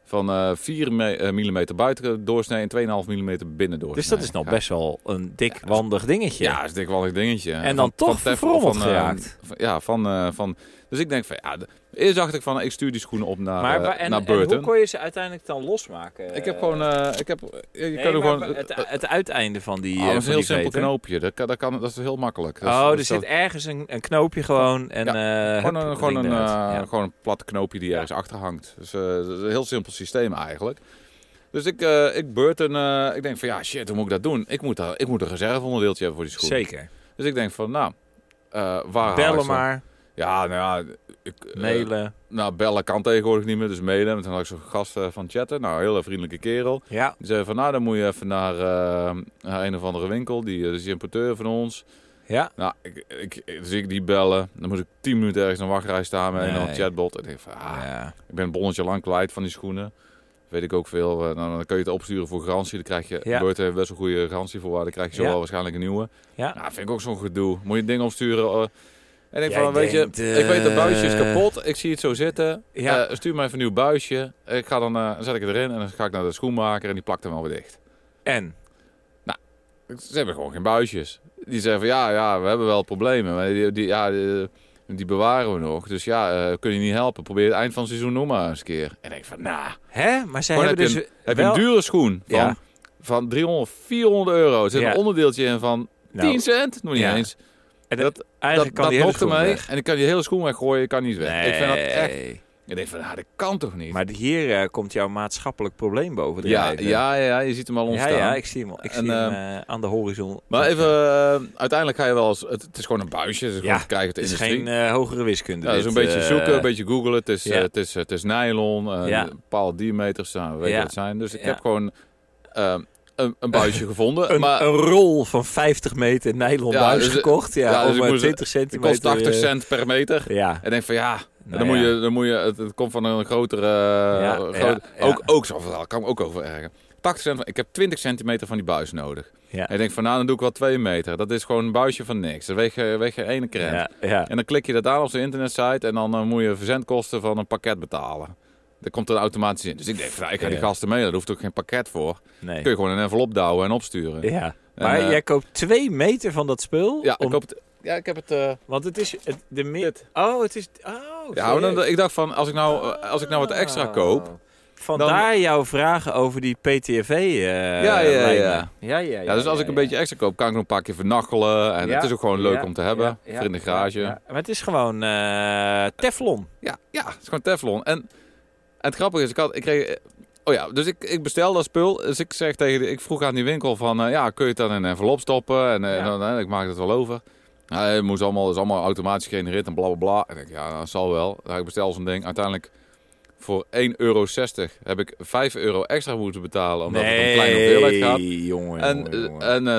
Speaker 3: van eh 4 me- eh, millimeter buiten doorsnee en 2,5 millimeter binnen doorsnee.
Speaker 1: dus dat is nog
Speaker 3: Ja.
Speaker 1: best wel een dik, wandig dingetje.
Speaker 3: Ja, dat is dik wel een dingetje.
Speaker 1: En dan toch
Speaker 3: Tef-
Speaker 1: verfrommeld
Speaker 3: eh,
Speaker 1: geraakt.
Speaker 3: van- ja, van, eh, van... Dus ik denk van, ja... de- Eerst dacht ik van, ik stuur die schoenen op naar,
Speaker 1: maar
Speaker 3: eh,
Speaker 1: waar- en,
Speaker 3: naar
Speaker 1: en
Speaker 3: Burton.
Speaker 1: hoe kon je ze uiteindelijk dan losmaken?
Speaker 3: Ik heb gewoon, eh, ik heb, je
Speaker 1: Nee,
Speaker 3: kan er
Speaker 1: maar
Speaker 3: gewoon. eh,
Speaker 1: het, het uiteinde van die. eh,
Speaker 3: Ah, dat
Speaker 1: van
Speaker 3: is een heel
Speaker 1: die
Speaker 3: simpel
Speaker 1: veter.
Speaker 3: knoopje. Dat, kan, dat, kan, dat is heel makkelijk. Dat is-
Speaker 1: Oh,
Speaker 3: dat
Speaker 1: er
Speaker 3: is
Speaker 1: zit
Speaker 3: dat-
Speaker 1: ergens een, een knoopje gewoon. En, eh,
Speaker 3: gewoon
Speaker 1: hup,
Speaker 3: een,
Speaker 1: het
Speaker 3: gewoon,
Speaker 1: ding
Speaker 3: een,
Speaker 1: eruit.
Speaker 3: eh,
Speaker 1: Ja.
Speaker 3: gewoon een plat knoopje die ergens achter hangt. Dus eh, dat is een heel simpel systeem eigenlijk. Dus ik, eh ik Burton, eh, ik denk van ja, shit, hoe moet ik dat doen? Ik moet, daar, ik moet een reserveonderdeeltje hebben voor die schoen.
Speaker 1: Zeker.
Speaker 3: Dus ik denk van, nou, eh, waar haal ik
Speaker 1: Bellen
Speaker 3: ze?
Speaker 1: maar,
Speaker 3: Ja, nou ja, ik, eh,
Speaker 1: mailen.
Speaker 3: nou, bellen kan tegenwoordig niet meer, dus mailen. En toen had ik zo'n gast eh, van chatten, nou, een hele vriendelijke kerel.
Speaker 1: Ja,
Speaker 3: Die zei van, nou, dan moet je even naar, eh, naar een of andere winkel. Die eh, is die importeur van ons.
Speaker 1: ja.
Speaker 3: Nou, ik, ik, dus ik die bellen. Dan moest ik 10 minuten ergens in een wachtrij staan met
Speaker 1: Nee.
Speaker 3: een chatbot. En ik denk van, ah,
Speaker 1: ja. dus
Speaker 3: ik ben een bonnetje lang kwijt van die schoenen. Weet ik ook veel. Eh, nou, dan kun je het opsturen voor garantie. Dan krijg je,
Speaker 1: Ja.
Speaker 3: ja. heeft best een goede garantie voor waar. Dan krijg je zo
Speaker 1: Ja.
Speaker 3: wel waarschijnlijk een nieuwe.
Speaker 1: Ja.
Speaker 3: Nou, vind ik ook zo'n gedoe. Moet je het ding opsturen. eh. en ik
Speaker 1: Jij
Speaker 3: van, weet
Speaker 1: denkt,
Speaker 3: je,
Speaker 1: eh,
Speaker 3: ik weet dat buisje is kapot. Ik zie het zo zitten.
Speaker 1: Ja.
Speaker 3: Eh, stuur mij even een nieuw buisje. Ik ga dan, eh, dan zet ik het erin en dan ga ik naar de schoenmaker en die plakt hem wel weer dicht.
Speaker 1: En?
Speaker 3: Ze hebben gewoon geen buisjes. Die zeggen van ja, ja we hebben wel problemen. Maar die, die, ja, die, die bewaren we nog. Dus ja, eh, kun je niet helpen. Probeer het eind van het seizoen nog maar eens een keer. En ik denk van, nou,
Speaker 1: Hè? Maar ze
Speaker 3: Gewoon
Speaker 1: hebben
Speaker 3: heb
Speaker 1: dus...
Speaker 3: heb je een dure schoen van,
Speaker 1: Ja.
Speaker 3: van 300, 400 euro. Er zit
Speaker 1: Ja.
Speaker 3: een onderdeeltje in van
Speaker 1: Nou,
Speaker 3: 10 cent. Nog niet
Speaker 1: Ja.
Speaker 3: eens.
Speaker 1: en
Speaker 3: dat- Dat,
Speaker 1: eigenlijk
Speaker 3: dat
Speaker 1: kan
Speaker 3: mocht
Speaker 1: die hele
Speaker 3: ermee.
Speaker 1: schoen weg.
Speaker 3: En dan kan die hele schoen weggooien. Je kan niet weg. Ik vind dat echt...
Speaker 1: Nee.
Speaker 3: Ik denk van, nou, dat kan toch niet?
Speaker 1: Maar hier eh, komt jouw maatschappelijk probleem boven
Speaker 3: ja,
Speaker 1: drijven.
Speaker 3: ja, ja, je ziet hem al
Speaker 1: ja,
Speaker 3: ontstaan.
Speaker 1: ja, ik zie hem, al. ik
Speaker 3: En, ehm,
Speaker 1: zie hem eh, aan de horizon.
Speaker 3: Maar even, eh, uiteindelijk ga je wel eens... Het, het is gewoon een buisje. Het is gewoon
Speaker 1: Ja,
Speaker 3: te krijgen uit de
Speaker 1: Het is
Speaker 3: industrie.
Speaker 1: geen eh, hogere wiskunde.
Speaker 3: Ja, dus
Speaker 1: dit,
Speaker 3: een beetje
Speaker 1: eh,
Speaker 3: zoeken, een beetje googlen. Het is,
Speaker 1: ja.
Speaker 3: eh, het is, het is nylon, eh,
Speaker 1: Ja.
Speaker 3: een bepaalde diameters, nou, we weten
Speaker 1: Ja.
Speaker 3: wat het zijn. Dus ik
Speaker 1: Ja.
Speaker 3: heb gewoon eh, een, een buisje gevonden.
Speaker 1: Een,
Speaker 3: maar
Speaker 1: een rol van 50 meter nylon
Speaker 3: Ja,
Speaker 1: buis
Speaker 3: dus-
Speaker 1: gekocht. Ja,
Speaker 3: ja, dus
Speaker 1: om
Speaker 3: ik
Speaker 1: eh,
Speaker 3: moest-
Speaker 1: 20
Speaker 3: het
Speaker 1: centimeter.
Speaker 3: kost 80
Speaker 1: eh,
Speaker 3: cent per meter.
Speaker 1: Ja,
Speaker 3: En ik denk van ja,
Speaker 1: Nou
Speaker 3: dan,
Speaker 1: ja.
Speaker 3: moet je, dan moet je, het, het komt van een grotere... eh,
Speaker 1: Ja,
Speaker 3: groot-
Speaker 1: ja, ja.
Speaker 3: Ook, ook zo'n verhaal, kan me ook over ergen. 80 cent, van- ik heb 20 centimeter van die buis nodig.
Speaker 1: Ja.
Speaker 3: En ik denk van, nou, dan doe ik wel 2 meter. Dat is gewoon een buisje van niks. Dat weegt eh, weegt geen ene krent.
Speaker 1: Ja, ja.
Speaker 3: En dan klik je dat aan op zijn internetsite en dan eh, moet je verzendkosten van een pakket betalen. Dat komt er automatisch in. Dus ik denk, van, nou, ik ga die
Speaker 1: Ja.
Speaker 3: gasten mee, daar hoeft ook geen pakket voor.
Speaker 1: Nee.
Speaker 3: Kun je gewoon een envelop douwen en opsturen.
Speaker 1: Ja. Maar
Speaker 3: En, eh,
Speaker 1: jij koopt twee meter van dat spul?
Speaker 3: ja,
Speaker 1: om-
Speaker 3: ik, hoop het- ja, ik heb het... eh,
Speaker 1: Want het is het, de mi-
Speaker 3: Dit.
Speaker 1: Oh, het is... Oh,
Speaker 3: ja, maar dan-
Speaker 1: serieus?
Speaker 3: ik dacht van, als ik nou, eh, als ik nou wat extra koop...
Speaker 1: Oh. Vandaar jouw vragen over die PTV.
Speaker 3: ja, ja.
Speaker 1: eh, ja, ja,
Speaker 3: Ja, dus als
Speaker 1: ja,
Speaker 3: ik een
Speaker 1: ja.
Speaker 3: beetje extra koop, kan ik nog een paar keer vernachtelen. En
Speaker 1: Ja,
Speaker 3: het is ook gewoon leuk
Speaker 1: ja,
Speaker 3: om te hebben.
Speaker 1: ja, ja,
Speaker 3: voor in de garage.
Speaker 1: ja,
Speaker 3: Ja,
Speaker 1: ja. Maar het is gewoon eh, Teflon.
Speaker 3: ja, het is gewoon Teflon. En, en het grappige is, ik, had, ik kreeg... eh, Oh ja, dus ik, ik bestel dat spul. Dus ik zeg tegen... de- Ik vroeg aan die winkel van... eh, ja, kun je het dan in een envelop stoppen? En eh,
Speaker 1: Ja.
Speaker 3: dan, eh, ik maak het wel over. Nou, het moest allemaal, is allemaal automatisch gegenereerd en bla bla bla. En ik, ja, dat zal wel. Nou, ik bestel zo'n ding. Uiteindelijk voor 1,60 euro heb ik 5 euro extra moeten betalen. Omdat het om kleine hoeveelheid gaat.
Speaker 1: jongen,
Speaker 3: En,
Speaker 1: jongen, jongen.
Speaker 3: eh, en eh,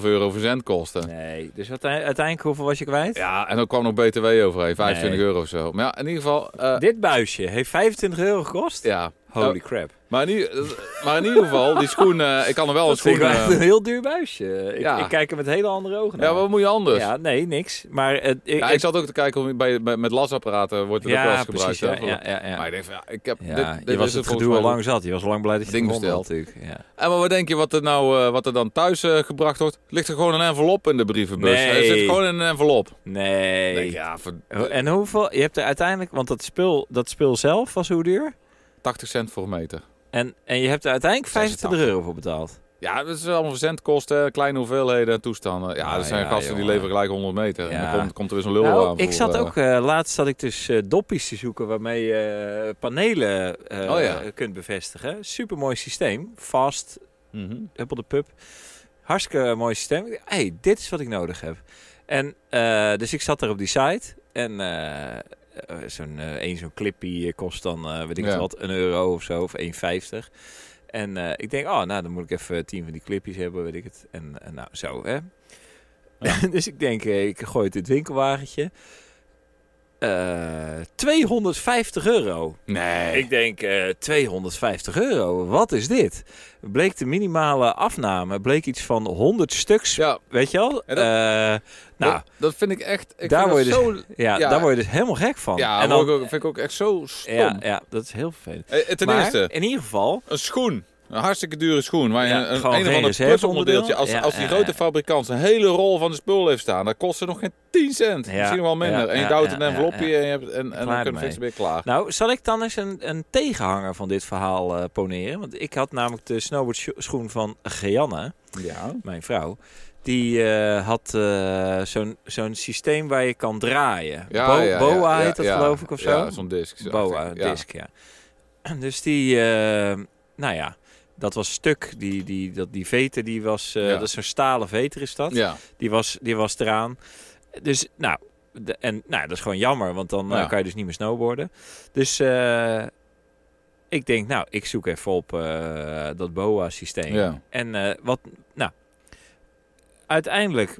Speaker 3: 6,5 euro verzendkosten.
Speaker 1: nee, dus wat, uiteindelijk hoeveel was je kwijt?
Speaker 3: Ja, Ah, en dan kwam nog BTW overheen, 25
Speaker 1: Nee.
Speaker 3: euro of zo. Maar ja, in ieder geval, eh,
Speaker 1: Dit buisje heeft 25 euro gekost?
Speaker 3: ja.
Speaker 1: Holy
Speaker 3: Eh,
Speaker 1: crap.
Speaker 3: maar, in ieder, eh, maar in ieder geval, die schoen, eh, ik kan er wel een
Speaker 1: Dat vind
Speaker 3: schoen...
Speaker 1: ik wel echt een
Speaker 3: eh,
Speaker 1: heel duur buisje. Ik,
Speaker 3: Ja.
Speaker 1: ik kijk er met hele andere ogen naar.
Speaker 3: ja, wat moet je anders? Ja,
Speaker 1: Ja, nee, niks. Maar eh, ik,
Speaker 3: ik zat ook te kijken, hoe bij, bij, met lasapparaten wordt het ook wel
Speaker 1: ja,
Speaker 3: eens gebruikt.
Speaker 1: precies. Ja,
Speaker 3: hè, voor-
Speaker 1: ja, ja, ja.
Speaker 3: Maar ik denk van, ja, ik heb...
Speaker 1: Ja,
Speaker 3: dit, dit
Speaker 1: je was
Speaker 3: is
Speaker 1: het
Speaker 3: volgens
Speaker 1: gedoe al
Speaker 3: mij-
Speaker 1: lang zat. Je was al lang blij dat je
Speaker 3: Ding
Speaker 1: het gevonden had,
Speaker 3: besteld.
Speaker 1: natuurlijk. Ja.
Speaker 3: En maar wat denk je wat er nou eh, wat er dan thuis eh, gebracht wordt? Ligt er gewoon een envelop in de brievenbus?
Speaker 1: Nee.
Speaker 3: Er zit gewoon in een envelop.
Speaker 1: Nee.
Speaker 3: Ik denk, ja, voor
Speaker 1: En hoeveel? Je hebt er uiteindelijk, want dat spul, dat spul zelf was hoe duur?
Speaker 3: 80 cent voor een meter.
Speaker 1: En, en je hebt er uiteindelijk 25
Speaker 3: 86.
Speaker 1: euro voor betaald.
Speaker 3: Ja, dat is allemaal verzendkosten, kleine hoeveelheden en toestanden. Ja,
Speaker 1: Ah,
Speaker 3: er zijn
Speaker 1: ja,
Speaker 3: gasten die
Speaker 1: jongen.
Speaker 3: leveren gelijk 100 meter. En
Speaker 1: Ja.
Speaker 3: dan komt, komt er weer zo'n lul
Speaker 1: Nou,
Speaker 3: aan.
Speaker 1: ik
Speaker 3: voor,
Speaker 1: zat
Speaker 3: eh,
Speaker 1: ook, eh, laatst zat ik dus eh, doppies te zoeken waarmee je panelen eh,
Speaker 3: Oh ja.
Speaker 1: kunt bevestigen. Supermooi systeem. Fast,
Speaker 3: mhm.
Speaker 1: Huppel de Pup. Hartstikke mooi systeem. Ik dacht, hey, dit is wat ik nodig heb. En eh, dus ik zat daar op die site. En eh eh, zo'n eh, één zo'n clippy eh, kost dan, eh, weet ik het
Speaker 3: Ja.
Speaker 1: wat, een euro of zo. Of 1,50. En eh, ik denk, oh, nou, dan moet ik even tien van die clippies hebben, weet ik het. En eh, nou, zo, hè. dus ik denk, eh, ik gooi het in het winkelwagentje. Eh, 250 euro.
Speaker 3: Nee.
Speaker 1: Ik denk eh, 250 euro. Wat is dit? Bleek de minimale afname bleek iets van 100 stuks.
Speaker 3: ja,
Speaker 1: Weet je wel?
Speaker 3: Ja, dat-
Speaker 1: Eh, nou,
Speaker 3: dat, dat vind ik echt... Ik
Speaker 1: Daar
Speaker 3: vind
Speaker 1: word je
Speaker 3: dat zo...
Speaker 1: ja,
Speaker 3: ja.
Speaker 1: daar word je dus helemaal gek van.
Speaker 3: Ja,
Speaker 1: en dan,
Speaker 3: word ik ook- vind ik ook echt zo stom.
Speaker 1: ja, ja, dat is heel vervelend.
Speaker 3: Eh, Ten
Speaker 1: maar
Speaker 3: eerste,
Speaker 1: in ieder geval,
Speaker 3: een schoen. Een hartstikke dure schoen. Waar je
Speaker 1: Ja,
Speaker 3: een, een,
Speaker 1: gewoon
Speaker 3: een of
Speaker 1: geen
Speaker 3: ander
Speaker 1: reserveonderdeel.
Speaker 3: puzzelmodeeltje... Als,
Speaker 1: Ja,
Speaker 3: als die
Speaker 1: ja,
Speaker 3: grote
Speaker 1: ja.
Speaker 3: fabrikant een hele rol van de spul heeft staan... dan kost ze nog geen 10 cent.
Speaker 1: Ja,
Speaker 3: Misschien wel minder.
Speaker 1: ja,
Speaker 3: en je
Speaker 1: ja,
Speaker 3: duwt
Speaker 1: ja,
Speaker 3: een
Speaker 1: ja,
Speaker 3: envelopje
Speaker 1: ja.
Speaker 3: en, je hebt, en, en
Speaker 1: Klaar
Speaker 3: dan kun je
Speaker 1: ermee.
Speaker 3: het weer klaar.
Speaker 1: nou, zal ik dan eens een, een tegenhanger van dit verhaal eh, poneren? Want ik had namelijk de snowboardschoen van Gianna.
Speaker 3: Ja.
Speaker 1: mijn vrouw, die eh, had eh, zo'n zo'n systeem waar je kan draaien.
Speaker 3: Ja,
Speaker 1: Bo-
Speaker 3: ja, ja,
Speaker 1: Boa
Speaker 3: ja,
Speaker 1: heet dat
Speaker 3: ja,
Speaker 1: geloof ik of zo.
Speaker 3: Ja, zo'n disc. zo
Speaker 1: Boa,
Speaker 3: achter- ja.
Speaker 1: disc, ja. Dus die, eh, nou ja, dat was stuk. Die, die, dat, die veter, die was, eh,
Speaker 3: Ja.
Speaker 1: dat is zo'n stalen veter is dat.
Speaker 3: Ja.
Speaker 1: Die, was, die was eraan. Dus, nou, de- en, nou, dat is gewoon jammer, want dan eh,
Speaker 3: Ja.
Speaker 1: kan je dus niet meer snowboarden. Dus eh, ik denk, nou, ik zoek even op eh, dat Boa-systeem.
Speaker 3: Ja.
Speaker 1: En eh, wat, nou, uiteindelijk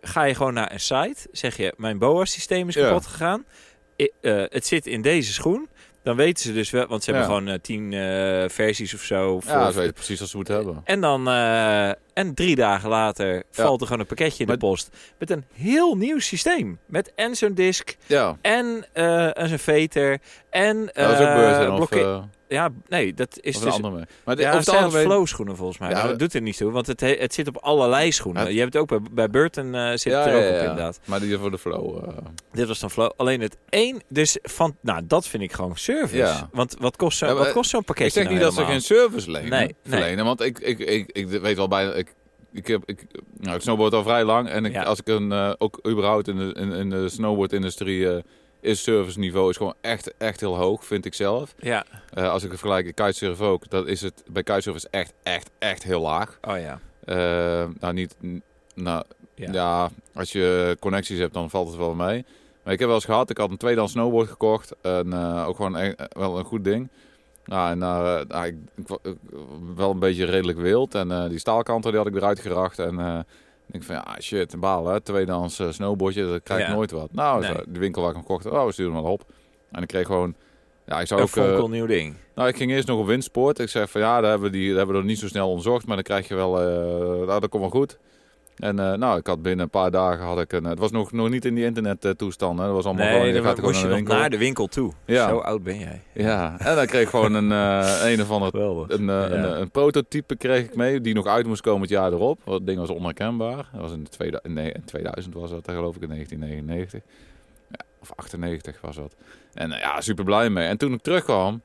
Speaker 1: ga je gewoon naar een site, zeg je, mijn BOA-systeem is
Speaker 3: Ja.
Speaker 1: kapot gegaan, I- eh, het zit in deze schoen. Dan weten ze dus wel, want ze hebben
Speaker 3: Ja.
Speaker 1: gewoon eh, tien eh, versies of zo. Voor,
Speaker 3: Ja, ze weten precies wat ze moeten hebben.
Speaker 1: En dan, eh, en drie dagen later valt er gewoon een pakketje in de
Speaker 3: Maar-
Speaker 1: post met een heel nieuw systeem. Met en zo'n disk
Speaker 3: Ja.
Speaker 1: en eh en zo'n veter en
Speaker 3: Ja, dat is ook beurzen
Speaker 1: eh,
Speaker 3: of,
Speaker 1: blokke-
Speaker 3: eh, of
Speaker 1: Ja, nee, dat is
Speaker 3: een
Speaker 1: dus
Speaker 3: andere merk. Maar de,
Speaker 1: ja,
Speaker 3: over
Speaker 1: het
Speaker 3: het
Speaker 1: zijn
Speaker 3: algemeen...
Speaker 1: flow schoenen volgens mij.
Speaker 3: Ja,
Speaker 1: maar dat
Speaker 3: we-
Speaker 1: doet er niet toe, want het, he- het zit op allerlei schoenen.
Speaker 3: Het-
Speaker 1: Je hebt het ook bij, bij Burton eh, zit
Speaker 3: Ja,
Speaker 1: het er
Speaker 3: ja,
Speaker 1: ook
Speaker 3: ja,
Speaker 1: op
Speaker 3: ja.
Speaker 1: inderdaad.
Speaker 3: Maar die voor de flow. eh,
Speaker 1: Dit was dan flow. Alleen het één, dus van, nou dat vind ik gewoon service.
Speaker 3: Ja.
Speaker 1: Want wat kost zo'n
Speaker 3: Ja, maar
Speaker 1: wat kost zo'n pakketje
Speaker 3: ik zeg niet
Speaker 1: nou
Speaker 3: dat ze
Speaker 1: helemaal?
Speaker 3: geen service lenen.
Speaker 1: Nee, nee.
Speaker 3: verlenen, Want ik, ik, ik, ik weet wel bijna... Ik, ik, heb, ik, nou, ik snowboard al vrij lang. En ik,
Speaker 1: Ja.
Speaker 3: als ik een, eh, ook überhaupt in de, in, in de snowboardindustrie... eh, is service niveau is gewoon echt, echt heel hoog, vind ik zelf.
Speaker 1: Ja,
Speaker 3: Eh, als ik het vergelijk met kitesurf ook, dat is het bij kitesurf is echt, echt, echt heel laag.
Speaker 1: oh ja.
Speaker 3: Eh, nou, niet... n- Nou,
Speaker 1: Ja.
Speaker 3: ja. als je connecties hebt, dan valt het wel mee. Maar ik heb wel eens gehad, ik had een tweedehands snowboard gekocht. En eh, ook gewoon e- wel een goed ding. Nou, en, eh, nou, ik, ik wa- ik- wel een beetje redelijk wild. En eh, die staalkanten die had ik eruit geracht. En eh, Ik denk van, ja, shit, een baal, hè. Tweedehands eh, snowboardje, dat krijg ik
Speaker 1: Ja.
Speaker 3: nooit wat. Nou,
Speaker 1: Nee.
Speaker 3: de winkel waar ik hem kocht, oh, stuur hem wel op. En ik kreeg gewoon... Ja, ik zou
Speaker 1: Een
Speaker 3: ook... eh,
Speaker 1: fonkelnieuw ding.
Speaker 3: nou, ik ging eerst nog op windsport. Ik zei van, ja, daar hebben we, die, daar hebben we nog niet zo snel onderzocht. Maar dan krijg je wel... eh, nou, dat komt wel goed. En eh, nou, ik had binnen een paar dagen had ik een... Het was nog, nog niet in die internettoestanden. Dat was allemaal gewoon...
Speaker 1: Nee, dan
Speaker 3: gaat gewoon
Speaker 1: moest je
Speaker 3: naar de
Speaker 1: nog
Speaker 3: winkel.
Speaker 1: naar de winkel toe.
Speaker 3: Ja.
Speaker 1: Zo oud ben jij.
Speaker 3: Ja, en dan kreeg ik gewoon een, eh, een of ander
Speaker 1: Geweldig.
Speaker 3: een, eh, een, een prototype kreeg ik mee, die nog uit moest komen het jaar erop. Dat ding was onherkenbaar. Dat was in, de 2000, nee, in 2000 was dat, geloof ik, in 1999. Ja, of 98 was dat. En eh, ja, super blij mee. En toen ik terugkwam,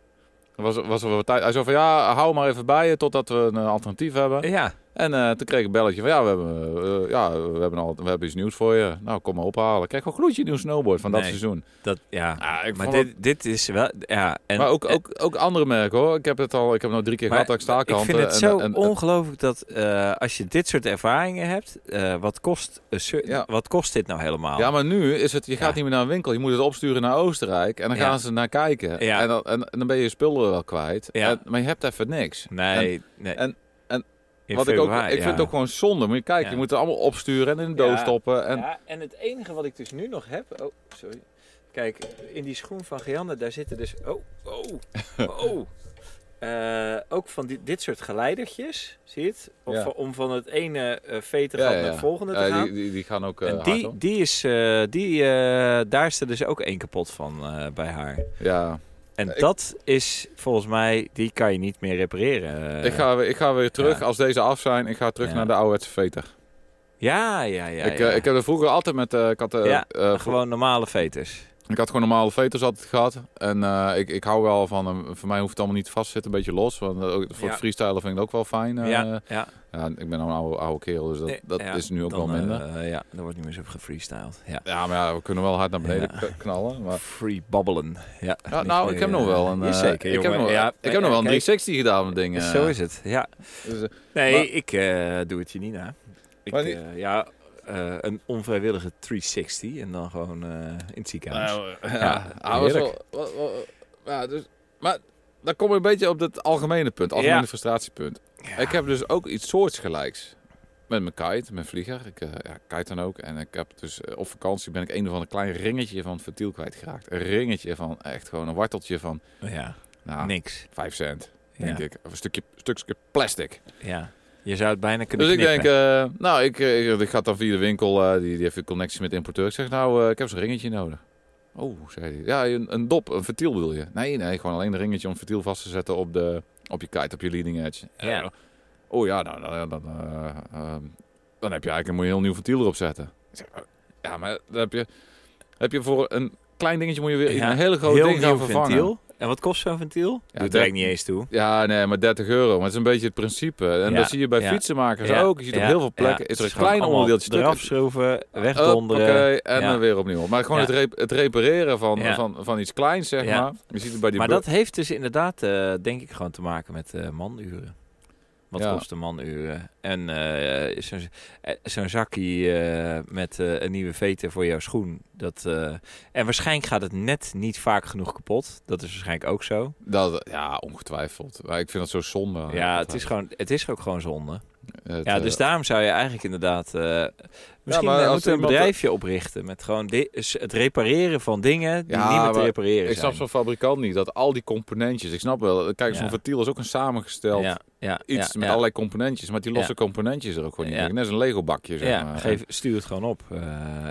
Speaker 3: was, was er wat tijd. Hij zei van, ja, hou maar even bij je totdat we een eh, alternatief hebben.
Speaker 1: Ja,
Speaker 3: En eh, toen kreeg ik een belletje van, ja, we hebben, eh, ja, we hebben, al, we hebben iets nieuws voor je. Nou, kom maar ophalen. Ik kreeg gewoon gloedje nieuw snowboard van dat
Speaker 1: Nee.
Speaker 3: seizoen.
Speaker 1: dat, ja.
Speaker 3: Ah, ik
Speaker 1: Maar
Speaker 3: vond
Speaker 1: dit, dit is wel... Ja, en,
Speaker 3: maar ook, ook, ook andere merken hoor. Ik heb het al, ik heb nou drie keer
Speaker 1: Maar
Speaker 3: gehad dat ik
Speaker 1: ik
Speaker 3: staakkanten.
Speaker 1: vind het
Speaker 3: en-
Speaker 1: zo
Speaker 3: en- en-
Speaker 1: ongelooflijk dat eh, als je dit soort ervaringen hebt, eh, wat, kost, een sur-
Speaker 3: Ja.
Speaker 1: wat kost dit nou helemaal?
Speaker 3: Ja, maar nu is het, je gaat
Speaker 1: Ja.
Speaker 3: niet meer naar een winkel. Je moet het opsturen naar Oostenrijk en dan
Speaker 1: Ja.
Speaker 3: gaan ze naar kijken.
Speaker 1: Ja.
Speaker 3: En, dan, en, en dan ben je je spullen wel kwijt.
Speaker 1: Ja.
Speaker 3: En- maar je hebt even niks.
Speaker 1: Nee, nee.
Speaker 3: en- en
Speaker 1: In
Speaker 3: Wat ik ook,
Speaker 1: februari,
Speaker 3: ik vind
Speaker 1: ja.
Speaker 3: het ook gewoon zonde. Moet je kijken,
Speaker 1: Ja.
Speaker 3: je moet het allemaal opsturen en in de
Speaker 1: Ja.
Speaker 3: doos stoppen. En,
Speaker 1: Ja, en het enige wat ik dus nu nog heb. Oh, sorry. Kijk, in die schoen van Geanne, daar zitten dus. Oh, oh, oh. Eh, ook van die, dit soort geleidertjes, zie je het? Of
Speaker 3: Ja.
Speaker 1: van- om van het ene eh vetergat
Speaker 3: Ja, ja,
Speaker 1: naar
Speaker 3: ja.
Speaker 1: het volgende te
Speaker 3: Ja,
Speaker 1: gaan.
Speaker 3: die, die, die gaan ook eh,
Speaker 1: en
Speaker 3: hard, hoor.
Speaker 1: die, die is, eh, die, eh, daar is er dus ook één kapot van eh, bij haar.
Speaker 3: Ja.
Speaker 1: En
Speaker 3: Ik-
Speaker 1: dat is volgens mij, die kan je niet meer repareren.
Speaker 3: ik, ga, weer- ik ga weer terug.
Speaker 1: Eh. ja.
Speaker 3: Als deze af zijn, ik ga terug
Speaker 1: Ja.
Speaker 3: naar de ouderwetse veter.
Speaker 1: Ja, ja, ja.
Speaker 3: ik,
Speaker 1: ja.
Speaker 3: eh, ik heb er vroeger altijd met... eh, ik, had, eh,
Speaker 1: Ja,
Speaker 3: eh, vro-
Speaker 1: Gewoon normale veters.
Speaker 3: ik had gewoon normale veters altijd gehad. En eh, ik, ik hou wel van... eh, voor mij hoeft het allemaal niet vast te zitten. Een beetje los. Want eh, ook, voor
Speaker 1: Ja.
Speaker 3: het freestylen vind ik het ook wel fijn. eh,
Speaker 1: ja, ja.
Speaker 3: Ja, ik ben al een oude, oude kerel, dus dat,
Speaker 1: Nee,
Speaker 3: dat
Speaker 1: ja,
Speaker 3: is nu ook
Speaker 1: Dan,
Speaker 3: wel minder.
Speaker 1: eh, ja, dan wordt niet meer zo gefreestyled. Ja.
Speaker 3: ja, maar ja, we kunnen wel hard naar beneden
Speaker 1: Ja.
Speaker 3: k- knallen. Maar...
Speaker 1: Free babbelen. Ja,
Speaker 3: Ja,
Speaker 1: Niet
Speaker 3: nou,
Speaker 1: meer,
Speaker 3: ik heb
Speaker 1: eh,
Speaker 3: nog wel een...
Speaker 1: ja,
Speaker 3: eh,
Speaker 1: zeker,
Speaker 3: ik heb
Speaker 1: jongen.
Speaker 3: nog,
Speaker 1: Ja,
Speaker 3: ik heb nog wel een
Speaker 1: kijk,
Speaker 3: 360 gedaan met dingen.
Speaker 1: Zo is het, ja.
Speaker 3: Dus, eh,
Speaker 1: Nee,
Speaker 3: Maar-
Speaker 1: ik eh, doe het je niet na. Ik,
Speaker 3: Maar die-
Speaker 1: eh, ja, eh, een onvrijwillige 360 en dan gewoon eh, in het ziekenhuis.
Speaker 3: nou, eh, ja, ah, was wel,
Speaker 1: heerlijk.
Speaker 3: wel- wel- ja, dus, maar dan kom ik een beetje op dat algemene punt, algemene
Speaker 1: Ja.
Speaker 3: frustratiepunt.
Speaker 1: Ja.
Speaker 3: Ik heb dus ook iets soortgelijks met mijn kite, mijn vlieger. Ik eh, ja, kite dan ook. En ik heb dus eh, op vakantie ben ik een of ander klein ringetje van vertiel kwijtgeraakt. Een ringetje van echt gewoon een warteltje van...
Speaker 1: ja,
Speaker 3: Nou,
Speaker 1: niks.
Speaker 3: 5 cent.
Speaker 1: Ja,
Speaker 3: denk ik. Of een stukje, stukje plastic.
Speaker 1: ja. Je zou het bijna kunnen
Speaker 3: Dus ik
Speaker 1: knippen.
Speaker 3: denk, eh, nou, ik, eh, ik, ik ga dan via de winkel, eh, die, die heeft een connectie met de importeur. Ik zeg, nou, eh, ik heb zo'n ringetje nodig. Oh, zei hij. Ja, een, een dop, een vertiel bedoel je? Nee, nee, gewoon alleen een ringetje om het vertiel vast te zetten op, de, op je kite, op je leading edge.
Speaker 1: Ja.
Speaker 3: Eh, oh ja, nou, nou ja, dan, eh, ehm, dan heb je eigenlijk een heel nieuw vertiel erop zetten. Ik zeg, eh, ja, maar dan heb je, heb je voor een klein dingetje moet je weer
Speaker 1: Ja,
Speaker 3: eh, een hele groot
Speaker 1: heel
Speaker 3: ding gaan
Speaker 1: nieuw
Speaker 3: vervangen.
Speaker 1: ventiel. En wat kost zo'n ventiel? Doet er
Speaker 3: dat-
Speaker 1: eigenlijk niet eens toe.
Speaker 3: Ja, nee, maar 30 euro. Maar het is een beetje het principe. En
Speaker 1: Ja,
Speaker 3: dat zie je bij
Speaker 1: ja.
Speaker 3: fietsenmakers
Speaker 1: Ja,
Speaker 3: ook. Je ziet
Speaker 1: ja,
Speaker 3: op heel veel plekken
Speaker 1: ja.
Speaker 3: is er een
Speaker 1: Het gewoon
Speaker 3: klein
Speaker 1: allemaal
Speaker 3: onderdeeltje stuk.
Speaker 1: Eraf schroeven,
Speaker 3: Hup,
Speaker 1: wegdonderen.
Speaker 3: oké, en
Speaker 1: Ja.
Speaker 3: dan weer opnieuw. Maar gewoon
Speaker 1: Ja.
Speaker 3: het, rep- het repareren van,
Speaker 1: Ja.
Speaker 3: van, van iets kleins, zeg
Speaker 1: Ja.
Speaker 3: maar. Je ziet het bij die
Speaker 1: Maar
Speaker 3: bu-
Speaker 1: dat heeft dus inderdaad, eh, denk ik, gewoon te maken met eh, manuren. Wat
Speaker 3: Ja.
Speaker 1: kost de manuren? En eh, zo'n eh, zo'n zakkie eh, met eh, een nieuwe veter voor jouw schoen. Dat, eh, en waarschijnlijk gaat het net niet vaak genoeg kapot. Dat is waarschijnlijk ook zo.
Speaker 3: dat, ja, ongetwijfeld. Maar ik vind Oh, dat zo zonde.
Speaker 1: ja, het is, gewoon, het is ook gewoon zonde.
Speaker 3: Het,
Speaker 1: Ja,
Speaker 3: eh,
Speaker 1: dus daarom zou je eigenlijk inderdaad... eh, misschien
Speaker 3: maar
Speaker 1: eh, moeten
Speaker 3: als
Speaker 1: we een
Speaker 3: iemand-
Speaker 1: bedrijfje oprichten met gewoon di- het repareren van dingen die
Speaker 3: Ja,
Speaker 1: niet meer te
Speaker 3: maar
Speaker 1: repareren
Speaker 3: ik snap
Speaker 1: zijn.
Speaker 3: zo'n fabrikant niet. Dat al die componentjes. Ik snap wel. Kijk, zo'n
Speaker 1: Ja.
Speaker 3: vertiel is ook een samengesteld
Speaker 1: ja, ja, ja,
Speaker 3: iets met
Speaker 1: ja.
Speaker 3: allerlei componentjes. Maar die losse componentjes er ook gewoon niet.
Speaker 1: Ja.
Speaker 3: in. Net als een Lego bakje, zeg
Speaker 1: Ja,
Speaker 3: maar.
Speaker 1: geef, stuur het gewoon op, eh,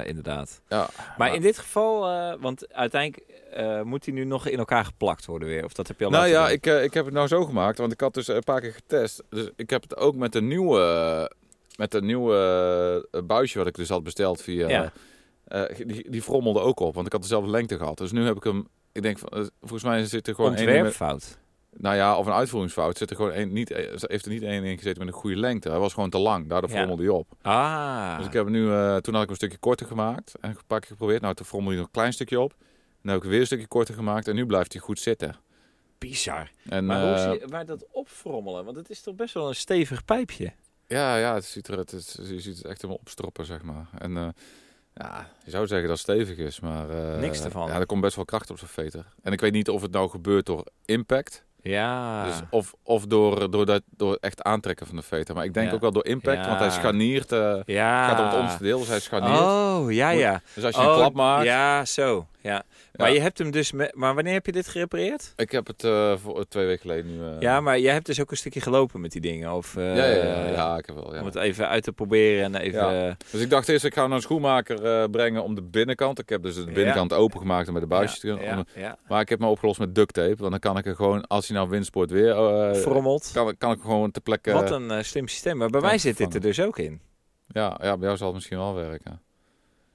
Speaker 1: inderdaad.
Speaker 3: Ja,
Speaker 1: Maar in dit geval, eh, want uiteindelijk eh, moet hij nu nog in elkaar geplakt worden weer. Of dat heb je al
Speaker 3: Nou
Speaker 1: laten
Speaker 3: ja,
Speaker 1: doen?
Speaker 3: ik, eh, ik heb het nou zo gemaakt, want ik had dus een paar keer getest. Dus ik heb het ook met een nieuwe, eh, met een nieuwe eh, buisje wat ik dus had besteld via...
Speaker 1: Ja.
Speaker 3: eh, die, die frommelde ook op, want ik had dezelfde lengte gehad. Dus nu heb ik hem... Ik denk, van, eh, volgens mij zit er gewoon één... in met-
Speaker 1: Ontwerpfout.
Speaker 3: Nou ja, of een uitvoeringsfout. Zit er gewoon één, niet, eh, heeft er niet één in gezeten met een goede lengte. Hij was gewoon te lang, daardoor
Speaker 1: Ja.
Speaker 3: frommelde hij op.
Speaker 1: Ah,
Speaker 3: Dus ik heb hem nu, eh, toen had ik hem een stukje korter gemaakt. En een paar keer geprobeerd. Nou, toen frommelde hij nog een klein stukje op. Dan heb ik hem weer een stukje korter gemaakt. En nu blijft hij goed zitten.
Speaker 1: bizar.
Speaker 3: En,
Speaker 1: Maar, hoe
Speaker 3: eh,
Speaker 1: zie je, maar dat opfrommelen, want het is toch best wel een stevig pijpje.
Speaker 3: Ja, ja, het ziet er, het is, je ziet het echt helemaal opstroppen, zeg maar. En eh, ja, je zou zeggen dat het stevig is, maar... eh,
Speaker 1: Niks ervan.
Speaker 3: Ja, er komt best wel kracht op zo'n veter. En ik weet niet of het nou gebeurt door impact.
Speaker 1: Ja.
Speaker 3: Dus of of door, door, dat, door het echt aantrekken van de veter. Maar ik denk
Speaker 1: Ja.
Speaker 3: ook wel door impact,
Speaker 1: Ja.
Speaker 3: want hij scharniert. eh,
Speaker 1: ja.
Speaker 3: Het gaat om het onderste deel, dus hij scharniert.
Speaker 1: Oh, ja, ja.
Speaker 3: Dus als je
Speaker 1: Oh,
Speaker 3: een klap maakt...
Speaker 1: Ja, zo. Ja. Maar
Speaker 3: Ja.
Speaker 1: je hebt hem dus. me- maar wanneer heb je dit gerepareerd?
Speaker 3: Ik heb het eh, voor, twee weken geleden nu... eh,
Speaker 1: Ja, maar jij hebt dus ook een stukje gelopen met die dingen. Of, eh,
Speaker 3: ja, ja, ja, ja, ik heb wel. Ja.
Speaker 1: Om het even uit te proberen en even. eh,
Speaker 3: Ja. Dus ik dacht eerst, ik ga hem naar een schoenmaker eh, brengen om de binnenkant. Ik heb dus de
Speaker 1: Ja.
Speaker 3: binnenkant opengemaakt om bij de buisjes te
Speaker 1: ja,
Speaker 3: kunnen.
Speaker 1: ja,
Speaker 3: om-
Speaker 1: ja.
Speaker 3: Maar ik heb me opgelost met duct tape. Want dan kan ik er gewoon, als hij nou windsport weer... eh,
Speaker 1: Frommeld.
Speaker 3: kan, kan ik gewoon ter plekke...
Speaker 1: Wat een eh, slim systeem. Maar bij
Speaker 3: kan
Speaker 1: mij zit dit er
Speaker 3: vervangen.
Speaker 1: dus ook in.
Speaker 3: Ja, ja, bij jou zal het misschien wel werken.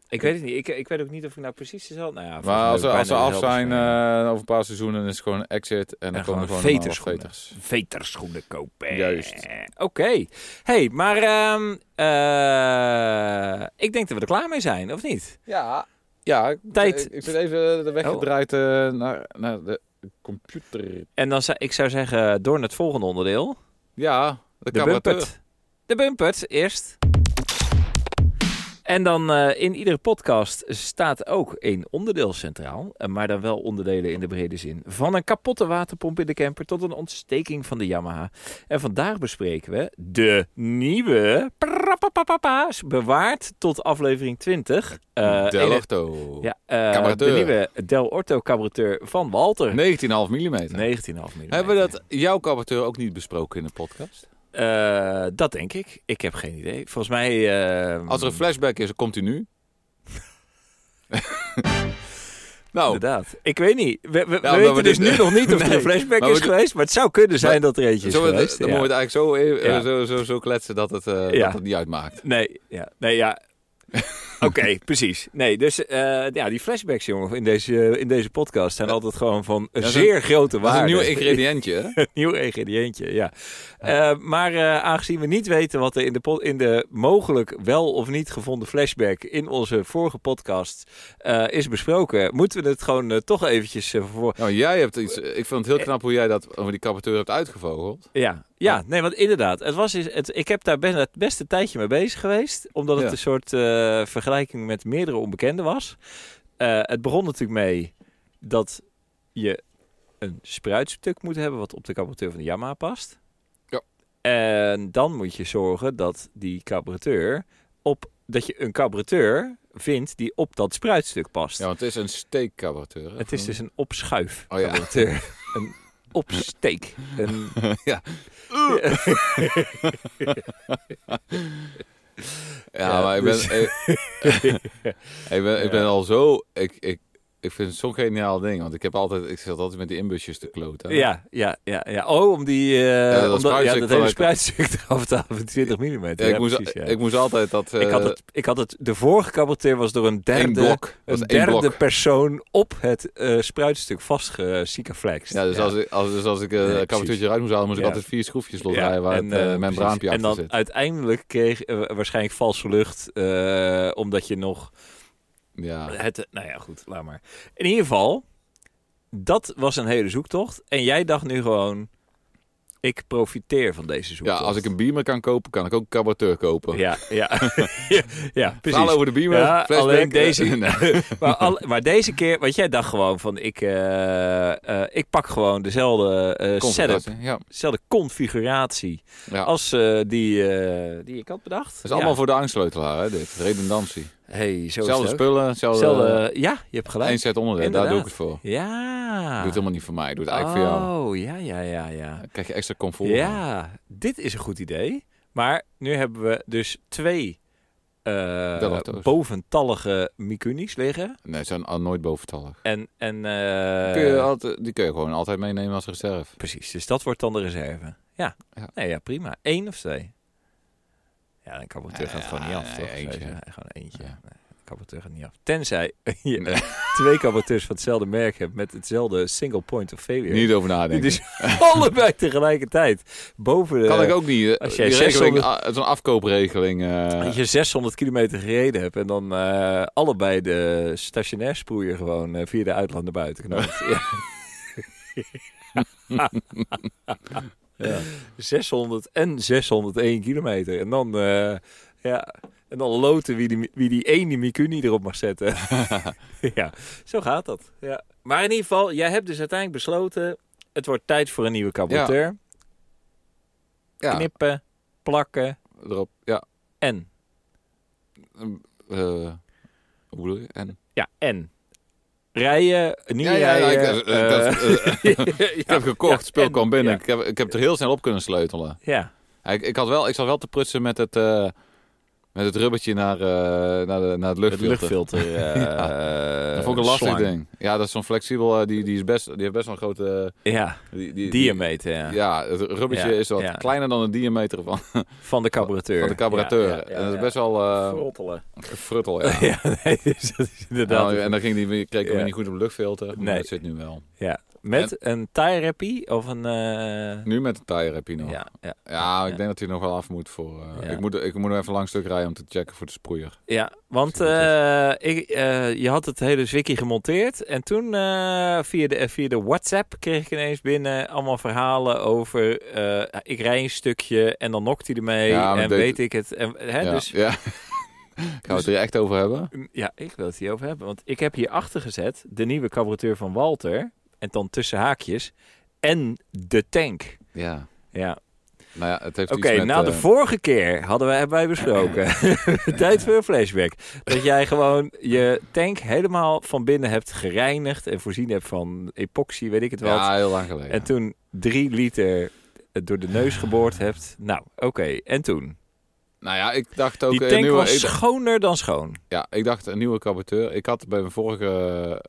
Speaker 1: Ik weet het niet. Ik, ik weet ook niet of ik nou precies dezelfde. Nou ja, volgens
Speaker 3: maar
Speaker 1: mij
Speaker 3: als,
Speaker 1: heb ik
Speaker 3: als ze
Speaker 1: bijna
Speaker 3: af zijn
Speaker 1: dezelfde schoenen.
Speaker 3: eh, over een paar seizoenen, is het gewoon exit. En dan
Speaker 1: gewoon
Speaker 3: komen er gewoon
Speaker 1: veterschoenen.
Speaker 3: normale veters.
Speaker 1: Veterschoenen kopen.
Speaker 3: Juist.
Speaker 1: Oké. hey, maar ehm, eh, ik denk dat we er klaar mee zijn, of niet?
Speaker 3: Ja, ja ik,
Speaker 1: Tijd.
Speaker 3: Ik, ik ben even de weg
Speaker 1: Oh.
Speaker 3: gedraaid eh, naar, naar de computer.
Speaker 1: En dan zou ik zou zeggen, door naar het volgende onderdeel.
Speaker 3: Ja, de,
Speaker 1: De
Speaker 3: cabareteur.
Speaker 1: bumpert. De bumpert eerst. En dan eh, in iedere podcast staat ook één onderdeel centraal, eh, maar dan wel onderdelen in de brede zin. Van een kapotte waterpomp in de camper tot een ontsteking van de Yamaha. En vandaag bespreken we de nieuwe prapapapapa's, bewaard tot aflevering 20. Eh, in het-
Speaker 3: Delorto.
Speaker 1: ja, eh, de
Speaker 3: Cabareteur.
Speaker 1: nieuwe Del Orto cabareteur van Walter.
Speaker 3: 19,5 mm.
Speaker 1: 19,5 mm.
Speaker 3: Hebben we dat jouw cabareteur ook niet besproken in de podcast?
Speaker 1: Eh, dat denk ik. Ik heb geen idee. Volgens mij. eh,
Speaker 3: Als er een flashback is, komt hij nu. nou,
Speaker 1: Inderdaad. Ik weet niet. We, we, we
Speaker 3: maar
Speaker 1: weten
Speaker 3: we
Speaker 1: dus
Speaker 3: dit-
Speaker 1: nu nog niet of er
Speaker 3: Nee.
Speaker 1: een flashback
Speaker 3: Maar we
Speaker 1: is
Speaker 3: dit-
Speaker 1: geweest. Maar het zou kunnen zijn
Speaker 3: Maar-
Speaker 1: dat er eentje is
Speaker 3: zullen we,
Speaker 1: geweest.
Speaker 3: dan
Speaker 1: ja.
Speaker 3: moeten we het eigenlijk zo, even- eh,
Speaker 1: Ja.
Speaker 3: zo, zo, zo kletsen dat het, eh,
Speaker 1: Ja.
Speaker 3: dat het niet uitmaakt.
Speaker 1: Nee, ja. Nee, ja. Oké, precies. Nee, dus eh, ja, die flashbacks, jongen, in deze, in deze podcast zijn altijd gewoon van een
Speaker 3: dat is
Speaker 1: zeer grote
Speaker 3: Dat is
Speaker 1: waarde.
Speaker 3: een nieuw ingrediëntje. hè?
Speaker 1: nieuw ingrediëntje, ja. Eh, maar eh, aangezien we niet weten wat er in de, po- in de mogelijk wel of niet gevonden flashback in onze vorige podcast eh, is besproken, moeten we het gewoon eh, toch eventjes eh, voor.
Speaker 3: Nou, jij hebt iets. Ik vind
Speaker 1: Eh.
Speaker 3: het heel knap hoe jij dat over die cabareteur hebt uitgevogeld.
Speaker 1: Ja, ja,
Speaker 3: Oh.
Speaker 1: nee, want inderdaad. Het was, is- het, ik heb daar best, het beste tijdje mee bezig geweest. Omdat het
Speaker 3: Ja.
Speaker 1: een soort eh, vergelijking met meerdere onbekenden was. Eh, het begon natuurlijk mee dat je een spruitstuk moet hebben... wat op de carburateur van de Yamaha past.
Speaker 3: Ja.
Speaker 1: En dan moet je zorgen dat die carburateur... Op, dat je een carburateur vindt die op dat spruitstuk past.
Speaker 3: Ja, want het is een steekcabareteur. hè?
Speaker 1: Het is dus een opschuif
Speaker 3: Oh ja.
Speaker 1: carburateur. een opsteek. Een
Speaker 3: Ja, maar ik ben,
Speaker 1: dus-
Speaker 3: ik, ik ben, ik ben al zo. Ik, ik, ik vind het zo'n geniaal ding. Want ik heb altijd, ik zat altijd met die inbusjes te kloten.
Speaker 1: Ja, ja, ja, ja. Oh, om die. eh
Speaker 3: dat
Speaker 1: omdat,
Speaker 3: spruitstuk
Speaker 1: ja, dat
Speaker 3: van
Speaker 1: hele
Speaker 3: het-
Speaker 1: spruitstuk eraf te halen van 20 mm. Ja,
Speaker 3: Ja, ik, moest,
Speaker 1: precies, ja.
Speaker 3: ik moest altijd dat. eh
Speaker 1: ik, had het, ik had het. De vorige caboteur was door een
Speaker 3: één
Speaker 1: derde,
Speaker 3: blok. Dat
Speaker 1: een
Speaker 3: is één
Speaker 1: derde
Speaker 3: blok.
Speaker 1: persoon op het eh spruitstuk vastgesiekaflext.
Speaker 3: Ja, dus, Als ik, als, dus als ik eh,
Speaker 1: Nee,
Speaker 3: een kaboutertje eruit moest halen, moest ik
Speaker 1: Ja.
Speaker 3: altijd vier schroefjes losdraaien waar
Speaker 1: en,
Speaker 3: het
Speaker 1: eh,
Speaker 3: eh,
Speaker 1: precies.
Speaker 3: membraampje
Speaker 1: En
Speaker 3: achter
Speaker 1: dan
Speaker 3: zit.
Speaker 1: uiteindelijk kreeg eh, waarschijnlijk valse lucht, eh, omdat je nog
Speaker 3: Ja.
Speaker 1: Het, nou ja, goed, laat maar. In ieder geval, dat was een hele zoektocht. En jij dacht nu gewoon, ik profiteer van deze
Speaker 3: ja,
Speaker 1: zoektocht.
Speaker 3: als ik een beamer kan kopen, kan ik ook een kabouter kopen.
Speaker 1: Ja, ja. ja, ja,
Speaker 3: Verhaal
Speaker 1: precies.
Speaker 3: over de beamer,
Speaker 1: Ja,
Speaker 3: flashback,
Speaker 1: alleen
Speaker 3: eh,
Speaker 1: deze-
Speaker 3: nee.
Speaker 1: Maar, al- maar deze keer, want jij dacht gewoon van, ik, eh, eh, ik pak gewoon dezelfde eh, setup,
Speaker 3: Confrontatie, Ja.
Speaker 1: dezelfde configuratie
Speaker 3: Ja.
Speaker 1: als eh, die, eh, die ik had bedacht.
Speaker 3: Dat is allemaal voor de angstsleutelaar, hè, dit. Redundantie.
Speaker 1: Hey, zo
Speaker 3: Zelfde
Speaker 1: is het ook.
Speaker 3: spullen, hetzelfde...
Speaker 1: Hetzelfde- ja, je hebt eh, gelijk.
Speaker 3: Eén set onderdeel, daar doe ik het voor.
Speaker 1: Ja.
Speaker 3: Doe het helemaal niet voor mij, doe het eigenlijk voor jou.
Speaker 1: Oh, ja, ja, ja, ja.
Speaker 3: Dan krijg je extra comfort. van.
Speaker 1: Ja, dit is een goed idee. Maar nu hebben we dus twee eh,
Speaker 3: Delato's.
Speaker 1: boventallige Mikunis liggen.
Speaker 3: Nee, ze zijn al nooit boventallig.
Speaker 1: En, en eh,
Speaker 3: Kun je altijd, die kun je gewoon altijd meenemen als reserve.
Speaker 1: precies, dus dat wordt dan de reserve. Ja,
Speaker 3: Ja.
Speaker 1: Nee, ja prima. Eén of twee? Ja, dan kan het
Speaker 3: Ja,
Speaker 1: gaat gewoon niet af,
Speaker 3: nee,
Speaker 1: toch? Zou je
Speaker 3: eentje.
Speaker 1: zeggen? Gewoon eentje.
Speaker 3: Ja.
Speaker 1: Nee, Caboteur gaat niet af. Tenzij je
Speaker 3: Nee.
Speaker 1: twee caboteurs van hetzelfde merk hebt met hetzelfde single point of failure.
Speaker 3: Niet over nadenken.
Speaker 1: dus allebei tegelijkertijd. Boven de,
Speaker 3: kan ik ook niet.
Speaker 1: Eh, als
Speaker 3: Als
Speaker 1: jij
Speaker 3: jij regeling,
Speaker 1: 600
Speaker 3: ah, Zo'n afkoopregeling. eh,
Speaker 1: Dat je 600 kilometer gereden hebt en dan eh, allebei de stationair sproeier gewoon eh, via de uitland naar buiten knoopt. ja.
Speaker 3: Ja.
Speaker 1: 600 en 601 kilometer. En dan, eh, ja, en dan loten wie die, wie die ene Mikuni erop mag zetten. ja, zo gaat dat. Ja. Maar in ieder geval, jij hebt dus uiteindelijk besloten... het wordt tijd voor een nieuwe caboteur.
Speaker 3: Ja,
Speaker 1: Knippen, plakken
Speaker 3: erop. Ja.
Speaker 1: en.
Speaker 3: Eh, hoe bedoel je? En?
Speaker 1: Ja, en. Rijden, niet
Speaker 3: Ja, ja, ja, ik,
Speaker 1: rijden.
Speaker 3: eh, dat-
Speaker 1: eh,
Speaker 3: Ik heb gekocht,
Speaker 1: ja,
Speaker 3: speel
Speaker 1: en-
Speaker 3: kwam binnen.
Speaker 1: ja.
Speaker 3: Ik, heb, ik heb het er heel snel op kunnen sleutelen.
Speaker 1: ja.
Speaker 3: Ja, Ik, ik, had wel, ik zat wel te prutsen met het, eh, met het rubbertje naar, eh, naar, de, naar het
Speaker 1: het
Speaker 3: luchtfilter.
Speaker 1: luchtfilter. eh
Speaker 3: dat vond ik een lastig
Speaker 1: slang.
Speaker 3: ding. Ja, dat is zo'n flexibel, eh, die, die, is best, die heeft best wel een grote...
Speaker 1: Ja,
Speaker 3: eh, die, die,
Speaker 1: diameter ja.
Speaker 3: die- Ja, het rubbertje
Speaker 1: Ja,
Speaker 3: is wat
Speaker 1: ja.
Speaker 3: kleiner dan de diameter van,
Speaker 1: van de carburateur.
Speaker 3: van de carburateur.
Speaker 1: Ja, ja, ja,
Speaker 3: en dat is
Speaker 1: ja.
Speaker 3: best wel eh
Speaker 1: Frottelen.
Speaker 3: gefruttel, ja.
Speaker 1: Ja, nee, dus dat is inderdaad.
Speaker 3: Nou, en dan ging die, kreeg ik
Speaker 1: Ja.
Speaker 3: weer niet goed op de luchtfilter. Maar
Speaker 1: Nee.
Speaker 3: dat zit nu wel.
Speaker 1: Met een tie rappie of een. eh,
Speaker 3: Nu met de tire heb je nog. Ja,
Speaker 1: ja, ja,
Speaker 3: ik denk dat hij nog wel af moet voor... eh,
Speaker 1: Ja.
Speaker 3: ik, moet, ik moet nog even een lang stuk rijden om te checken voor de sproeier.
Speaker 1: ja, want
Speaker 3: Als
Speaker 1: eh, ik, eh, je had het hele zwikkie gemonteerd. En toen eh, via, de, via de WhatsApp kreeg ik ineens binnen allemaal verhalen over. eh, ik rij een stukje en dan nokt hij ermee.
Speaker 3: Ja, maar
Speaker 1: en
Speaker 3: dit-
Speaker 1: weet ik het. En, hè,
Speaker 3: ja.
Speaker 1: Dus
Speaker 3: ja. Gaan we het er echt over hebben?
Speaker 1: Ja, ik wil het hier over hebben. Want ik heb hierachter gezet de nieuwe carburateur van Walter. En dan tussen haakjes. En de tank.
Speaker 3: Ja.
Speaker 1: Ja.
Speaker 3: Nou ja, het heeft
Speaker 1: Oké,
Speaker 3: iets met...
Speaker 1: nou de
Speaker 3: eh,
Speaker 1: vorige keer hadden wij, hebben wij besproken. Tijd voor een flashback. Dat jij gewoon je tank helemaal van binnen hebt gereinigd. En voorzien hebt van epoxy, weet ik het wat.
Speaker 3: Ja, heel lang geleden.
Speaker 1: En toen drie liter het door de neus geboord hebt. Nou, oké. En toen?
Speaker 3: Nou ja, ik dacht ook...
Speaker 1: Die
Speaker 3: een
Speaker 1: tank
Speaker 3: nieuwe,
Speaker 1: was
Speaker 3: ik dacht-
Speaker 1: schoner dan schoon.
Speaker 3: ja, ik dacht een nieuwe carburateur. Ik had bij mijn vorige eh,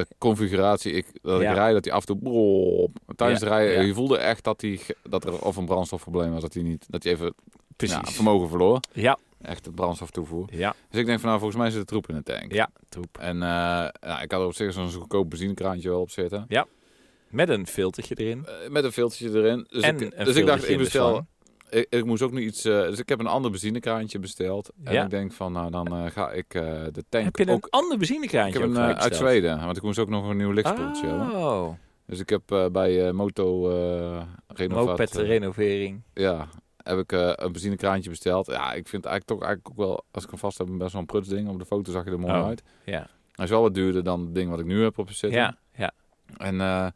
Speaker 3: eh, configuratie, ik, dat
Speaker 1: Ja.
Speaker 3: ik rijd, dat hij af en toe... brrrop. tijdens
Speaker 1: Ja,
Speaker 3: het rijden,
Speaker 1: ja.
Speaker 3: je voelde echt dat, die, ge- dat er of een brandstofprobleem was. Dat hij niet, dat hij even ja,
Speaker 1: Precies.
Speaker 3: vermogen verloor.
Speaker 1: Ja,
Speaker 3: Echt het brandstoftoevoer.
Speaker 1: ja,
Speaker 3: Dus ik denk van nou, volgens mij zit er troep in de tank.
Speaker 1: ja. Troep.
Speaker 3: En eh, nou, ik had er op zich zo'n goedkoop benzinekraantje wel op zitten.
Speaker 1: Met een filtertje erin.
Speaker 3: Eh, met een filtertje erin. Dus
Speaker 1: en
Speaker 3: ik,
Speaker 1: een
Speaker 3: dus ik dacht,
Speaker 1: filtertje in
Speaker 3: ik
Speaker 1: de
Speaker 3: bestel...
Speaker 1: slang.
Speaker 3: Ik, ik moest ook nu iets... eh, dus ik heb een ander benzinekraantje besteld. En
Speaker 1: Ja.
Speaker 3: ik denk van, nou dan eh, ga ik eh, de tank
Speaker 1: Heb je een
Speaker 3: ook...
Speaker 1: ander
Speaker 3: Ik
Speaker 1: benzinekraantje
Speaker 3: heb een
Speaker 1: ook
Speaker 3: eh,
Speaker 1: gelijk
Speaker 3: uit
Speaker 1: besteld?
Speaker 3: Zweden, want ik moest ook nog een nieuw lichtspoeltje hebben.
Speaker 1: Oh,
Speaker 3: Dus ik heb eh, bij eh, Moto eh Renovat...
Speaker 1: moped
Speaker 3: eh,
Speaker 1: renovering.
Speaker 3: ja, heb ik eh, een benzinekraantje besteld. Ja, ik vind het eigenlijk toch eigenlijk ook wel, als ik hem vast heb, best wel een prutsding. Op de foto zag je er mooi
Speaker 1: Oh,
Speaker 3: uit.
Speaker 1: ja.
Speaker 3: Hij is wel wat duurder dan het ding wat ik nu heb op zitten.
Speaker 1: Ja, ja.
Speaker 3: En, eh,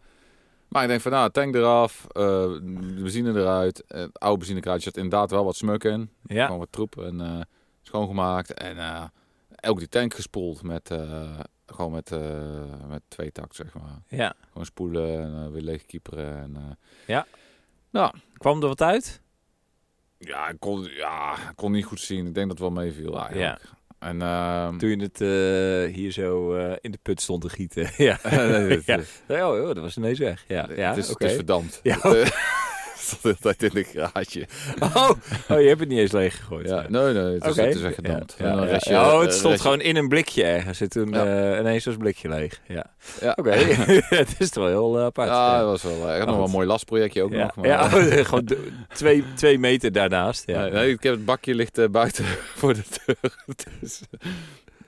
Speaker 3: maar ik denk van, nou, tank eraf, eh, de benzine eruit. Eh, Het oude benzinekraantje zat inderdaad wel wat smuk in.
Speaker 1: Ja,
Speaker 3: Gewoon wat troep en eh, schoongemaakt. En eh, ook die tank gespoeld met, eh, gewoon met, eh, met twee takt, zeg maar.
Speaker 1: ja.
Speaker 3: Gewoon spoelen en eh, weer leegkieperen. En, eh,
Speaker 1: Kwam er wat uit?
Speaker 3: ja, ik kon, ja, ik kon niet goed zien. Ik denk dat het wel meeviel eigenlijk. En, ehm,
Speaker 1: Ah, Hm. Toen je het eh, hier zo eh, in de put stond te gieten. ja.
Speaker 3: het,
Speaker 1: Ja.
Speaker 3: is-
Speaker 1: Oh, joh, dat was ineens weg. Ja, ja
Speaker 3: het is,
Speaker 1: oké.
Speaker 3: het is verdampt.
Speaker 1: Ja.
Speaker 3: Het, eh, stond de hele tijd in de garage.
Speaker 1: oh, oh, je hebt het niet eens leeggegooid.
Speaker 3: Ja,
Speaker 1: Oké.
Speaker 3: nee, nee, het is, het is echt gedampt.
Speaker 1: Ja,
Speaker 3: En
Speaker 1: ja,
Speaker 3: dan
Speaker 1: ja.
Speaker 3: restje-
Speaker 1: oh,
Speaker 3: eh,
Speaker 1: het stond
Speaker 3: restje-
Speaker 1: gewoon in een blikje ergens. En toen
Speaker 3: Ja.
Speaker 1: eh, ineens was het blikje leeg. Ja.
Speaker 3: Ja.
Speaker 1: Oké, het is toch wel heel eh, apart.
Speaker 3: Ja,
Speaker 1: Ja.
Speaker 3: dat was wel. eh, Ik had nog wel
Speaker 1: Goed.
Speaker 3: een mooi lastprojectje ook
Speaker 1: Ja.
Speaker 3: nog. Maar,
Speaker 1: Ja, oh, gewoon d- twee, twee meter daarnaast. Ja.
Speaker 3: Nee, nee, ik heb het bakje ligt eh, buiten voor de deur. Dus,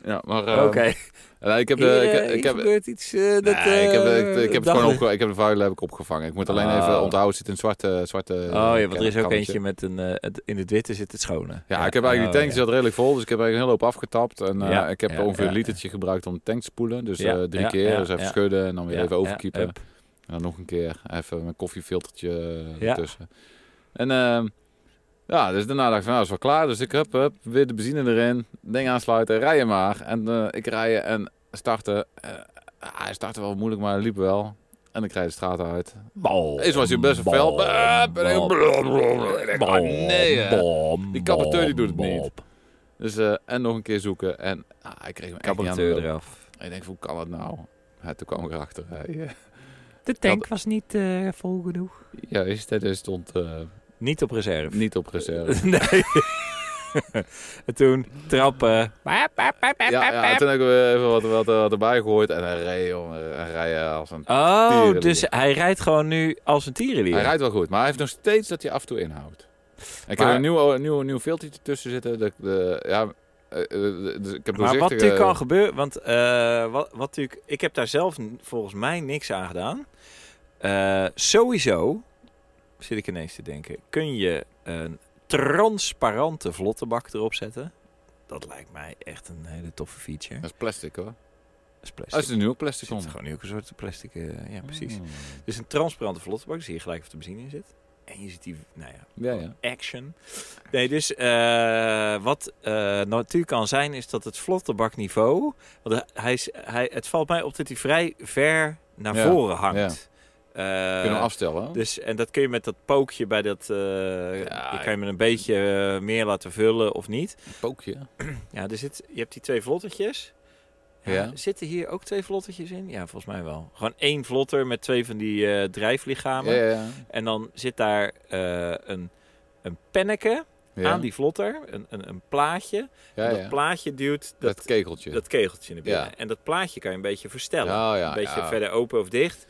Speaker 3: ja, maar. eh,
Speaker 1: Oké.
Speaker 3: nee, ik heb de.
Speaker 1: Hier,
Speaker 3: ik,
Speaker 1: eh,
Speaker 3: heb-
Speaker 1: hier
Speaker 3: ik heb,
Speaker 1: gebeurt iets eh, dat...
Speaker 3: nee, ik heb,
Speaker 1: eh,
Speaker 3: ik, ik heb het
Speaker 1: dag-
Speaker 3: gewoon opge- ik heb de vuil heb ik opgevangen. Ik moet alleen
Speaker 1: Oh.
Speaker 3: even onthouden. Het zit in zwarte. zwarte
Speaker 1: Oh ja, want er is ook
Speaker 3: eh, kammetje.
Speaker 1: eentje met een... eh, het- in het witte zit het schone.
Speaker 3: Ja, ik heb eigenlijk die
Speaker 1: Oh,
Speaker 3: tank zat redelijk vol, dus ik heb eigenlijk een hele hoop afgetapt. En eh,
Speaker 1: Ja,
Speaker 3: ik heb
Speaker 1: ja,
Speaker 3: ongeveer
Speaker 1: ja.
Speaker 3: een litertje gebruikt om de tank te spoelen. Dus
Speaker 1: Ja,
Speaker 3: eh, drie
Speaker 1: ja,
Speaker 3: keer.
Speaker 1: ja,
Speaker 3: dus even
Speaker 1: ja.
Speaker 3: schudden en dan weer
Speaker 1: Ja,
Speaker 3: even
Speaker 1: ja,
Speaker 3: overkiepen.
Speaker 1: hup.
Speaker 3: En dan nog een keer even mijn koffiefiltertje eh,
Speaker 1: Ja.
Speaker 3: ertussen. En ehm, ja, dus daarna dacht ik van nou is wel klaar. Dus ik heb hup, weer de benzine erin, ding aansluiten, rijden maar. En eh, ik rijden en starten. Eh, ah, hij startte wel moeilijk, maar hij liep wel. En ik rijd de straat uit.
Speaker 1: Bal.
Speaker 3: Eens was hij best wel fel.
Speaker 1: Bal.
Speaker 3: Bah, ben ik-
Speaker 1: Bal.
Speaker 3: Oh, nee, hè.
Speaker 1: Bal.
Speaker 3: Die caboteur, die doet het
Speaker 1: Bal.
Speaker 3: niet. Dus eh, en nog een keer zoeken. En ah, ik kreeg hem echt niet aan de
Speaker 1: Caboteur
Speaker 3: lul.
Speaker 1: eraf.
Speaker 3: En ik denk, hoe kan dat nou? Ja, toen kwam ik erachter. Hij,
Speaker 2: De tank was niet eh, vol genoeg.
Speaker 3: juist, hij stond eh,
Speaker 1: Niet op reserve.
Speaker 3: niet op reserve.
Speaker 1: nee. en toen trappen.
Speaker 2: Bap, bap, bap, bap,
Speaker 3: Ja,
Speaker 2: bap,
Speaker 3: ja
Speaker 2: bap.
Speaker 3: toen heb ik weer even wat, wat, wat erbij gegooid. En hij reed, jongen. Hij reed eh, als een...
Speaker 1: Oh,
Speaker 3: Tierenlier.
Speaker 1: dus hij rijdt gewoon nu als een tierenlier.
Speaker 3: Hij rijdt wel goed, maar hij heeft nog steeds dat hij af en toe inhoudt. Ik
Speaker 1: Maar-
Speaker 3: heb een nieuw, eh, nieuw, nieuw filtertje tussen zitten. De, de, ja, eh, eh, dus ik
Speaker 1: Maar wat
Speaker 3: heb doorzichtige-
Speaker 1: natuurlijk kan gebeuren, want eh, wat, wat natuurlijk, ik heb daar zelf n- volgens mij niks aan gedaan. Eh, sowieso zit ik ineens te denken: kun je een transparante vlottenbak erop zetten? Dat lijkt mij echt een hele toffe feature.
Speaker 3: Dat is plastic, hoor.
Speaker 1: is plastic.
Speaker 3: Als er nu ook plastic
Speaker 1: zit
Speaker 3: komt.
Speaker 1: gewoon nu ook een soort plastic. eh, ja, precies. Dus een transparante vlottenbak. Zie je gelijk of er benzine in zit. En je ziet die, nou ja,
Speaker 3: Ja, ja.
Speaker 1: action. Nee, dus eh, wat eh, natuurlijk kan zijn is dat het vlottenbakniveau... Want hij- hij, is- hij, het valt mij op dat hij vrij ver naar
Speaker 3: Ja,
Speaker 1: voren hangt. Eh,
Speaker 3: Kunnen we afstellen? hè?
Speaker 1: dus, en dat kun je met dat pookje bij dat... eh
Speaker 3: Ja,
Speaker 1: je kan hem een beetje eh, meer laten vullen of niet.
Speaker 3: Een pookje.
Speaker 1: Ja, er zit, je hebt die twee vlottertjes. Ja,
Speaker 3: Ja.
Speaker 1: Zitten hier ook twee vlottertjes in? Ja, volgens mij wel. Gewoon één vlotter met twee van die eh, drijflichamen.
Speaker 3: Ja, ja.
Speaker 1: En dan zit daar eh, een, een penneke
Speaker 3: ja.
Speaker 1: aan die vlotter. Een, een, een plaatje.
Speaker 3: ja,
Speaker 1: En
Speaker 3: ja.
Speaker 1: Dat plaatje duwt dat,
Speaker 3: Dat kekeltje.
Speaker 1: dat kegeltje naar binnen.
Speaker 3: Ja.
Speaker 1: En dat plaatje kan je een beetje verstellen.
Speaker 3: ja, ja,
Speaker 1: een beetje
Speaker 3: ja.
Speaker 1: verder open of dicht.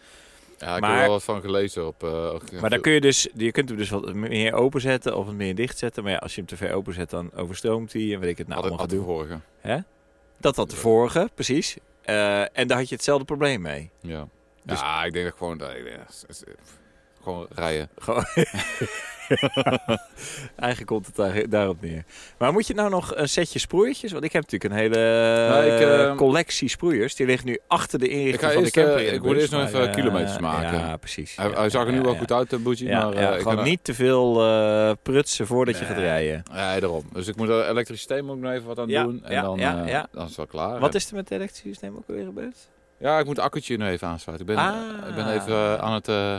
Speaker 3: Ja, ik heb
Speaker 1: Maar-
Speaker 3: er wel wat van gelezen op... eh, ook-
Speaker 1: Maar dan kun je dus, je kunt hem dus wat meer openzetten of wat meer dichtzetten. Maar ja, als je hem te ver openzet, dan overstroomt hij en weet ik het nou
Speaker 3: Had-
Speaker 1: allemaal
Speaker 3: had de
Speaker 1: gedoe.
Speaker 3: vorige.
Speaker 1: Dat had de vorige, precies. Eh, en daar had je hetzelfde probleem mee.
Speaker 3: Ja.
Speaker 1: Dus-
Speaker 3: ja, ik denk dat gewoon... dat- ja, s- s- Gewoon rijden.
Speaker 1: Gewoon. Eigenlijk komt het daar, daarop neer. Maar moet je nou nog een setje sproeiertjes? Want ik heb natuurlijk een hele
Speaker 3: Nou, ik,
Speaker 1: eh,
Speaker 3: eh,
Speaker 1: collectie sproeiers. Die ligt nu achter de
Speaker 3: Ik
Speaker 1: inrichting
Speaker 3: ga
Speaker 1: van
Speaker 3: eerst,
Speaker 1: de camper.
Speaker 3: eh,
Speaker 1: in de
Speaker 3: ik moet
Speaker 1: bus,
Speaker 3: eerst nog
Speaker 1: maar,
Speaker 3: even
Speaker 1: eh,
Speaker 3: kilometers maken.
Speaker 1: Ja, precies.
Speaker 3: Hij,
Speaker 1: Ja,
Speaker 3: hij zag er nu
Speaker 1: ja,
Speaker 3: wel
Speaker 1: ja.
Speaker 3: goed uit, eh, Boetje.
Speaker 1: Ja,
Speaker 3: maar eh,
Speaker 1: ja,
Speaker 3: ik
Speaker 1: gewoon
Speaker 3: ga-
Speaker 1: niet te veel eh, prutsen voordat je gaat
Speaker 3: Nee.
Speaker 1: rijden.
Speaker 3: Nee, daarom. Dus ik moet er elektriciteit moet ik nog even wat aan
Speaker 1: Ja,
Speaker 3: doen. En
Speaker 1: ja,
Speaker 3: dan,
Speaker 1: ja,
Speaker 3: eh,
Speaker 1: ja.
Speaker 3: dan is het wel klaar.
Speaker 1: Wat is er met het elektrische systeem ook alweer gebeurd?
Speaker 3: Ja, ik moet het akkertje nu even aansluiten. Ik ben,
Speaker 1: Ah.
Speaker 3: ik ben even eh, aan het... eh,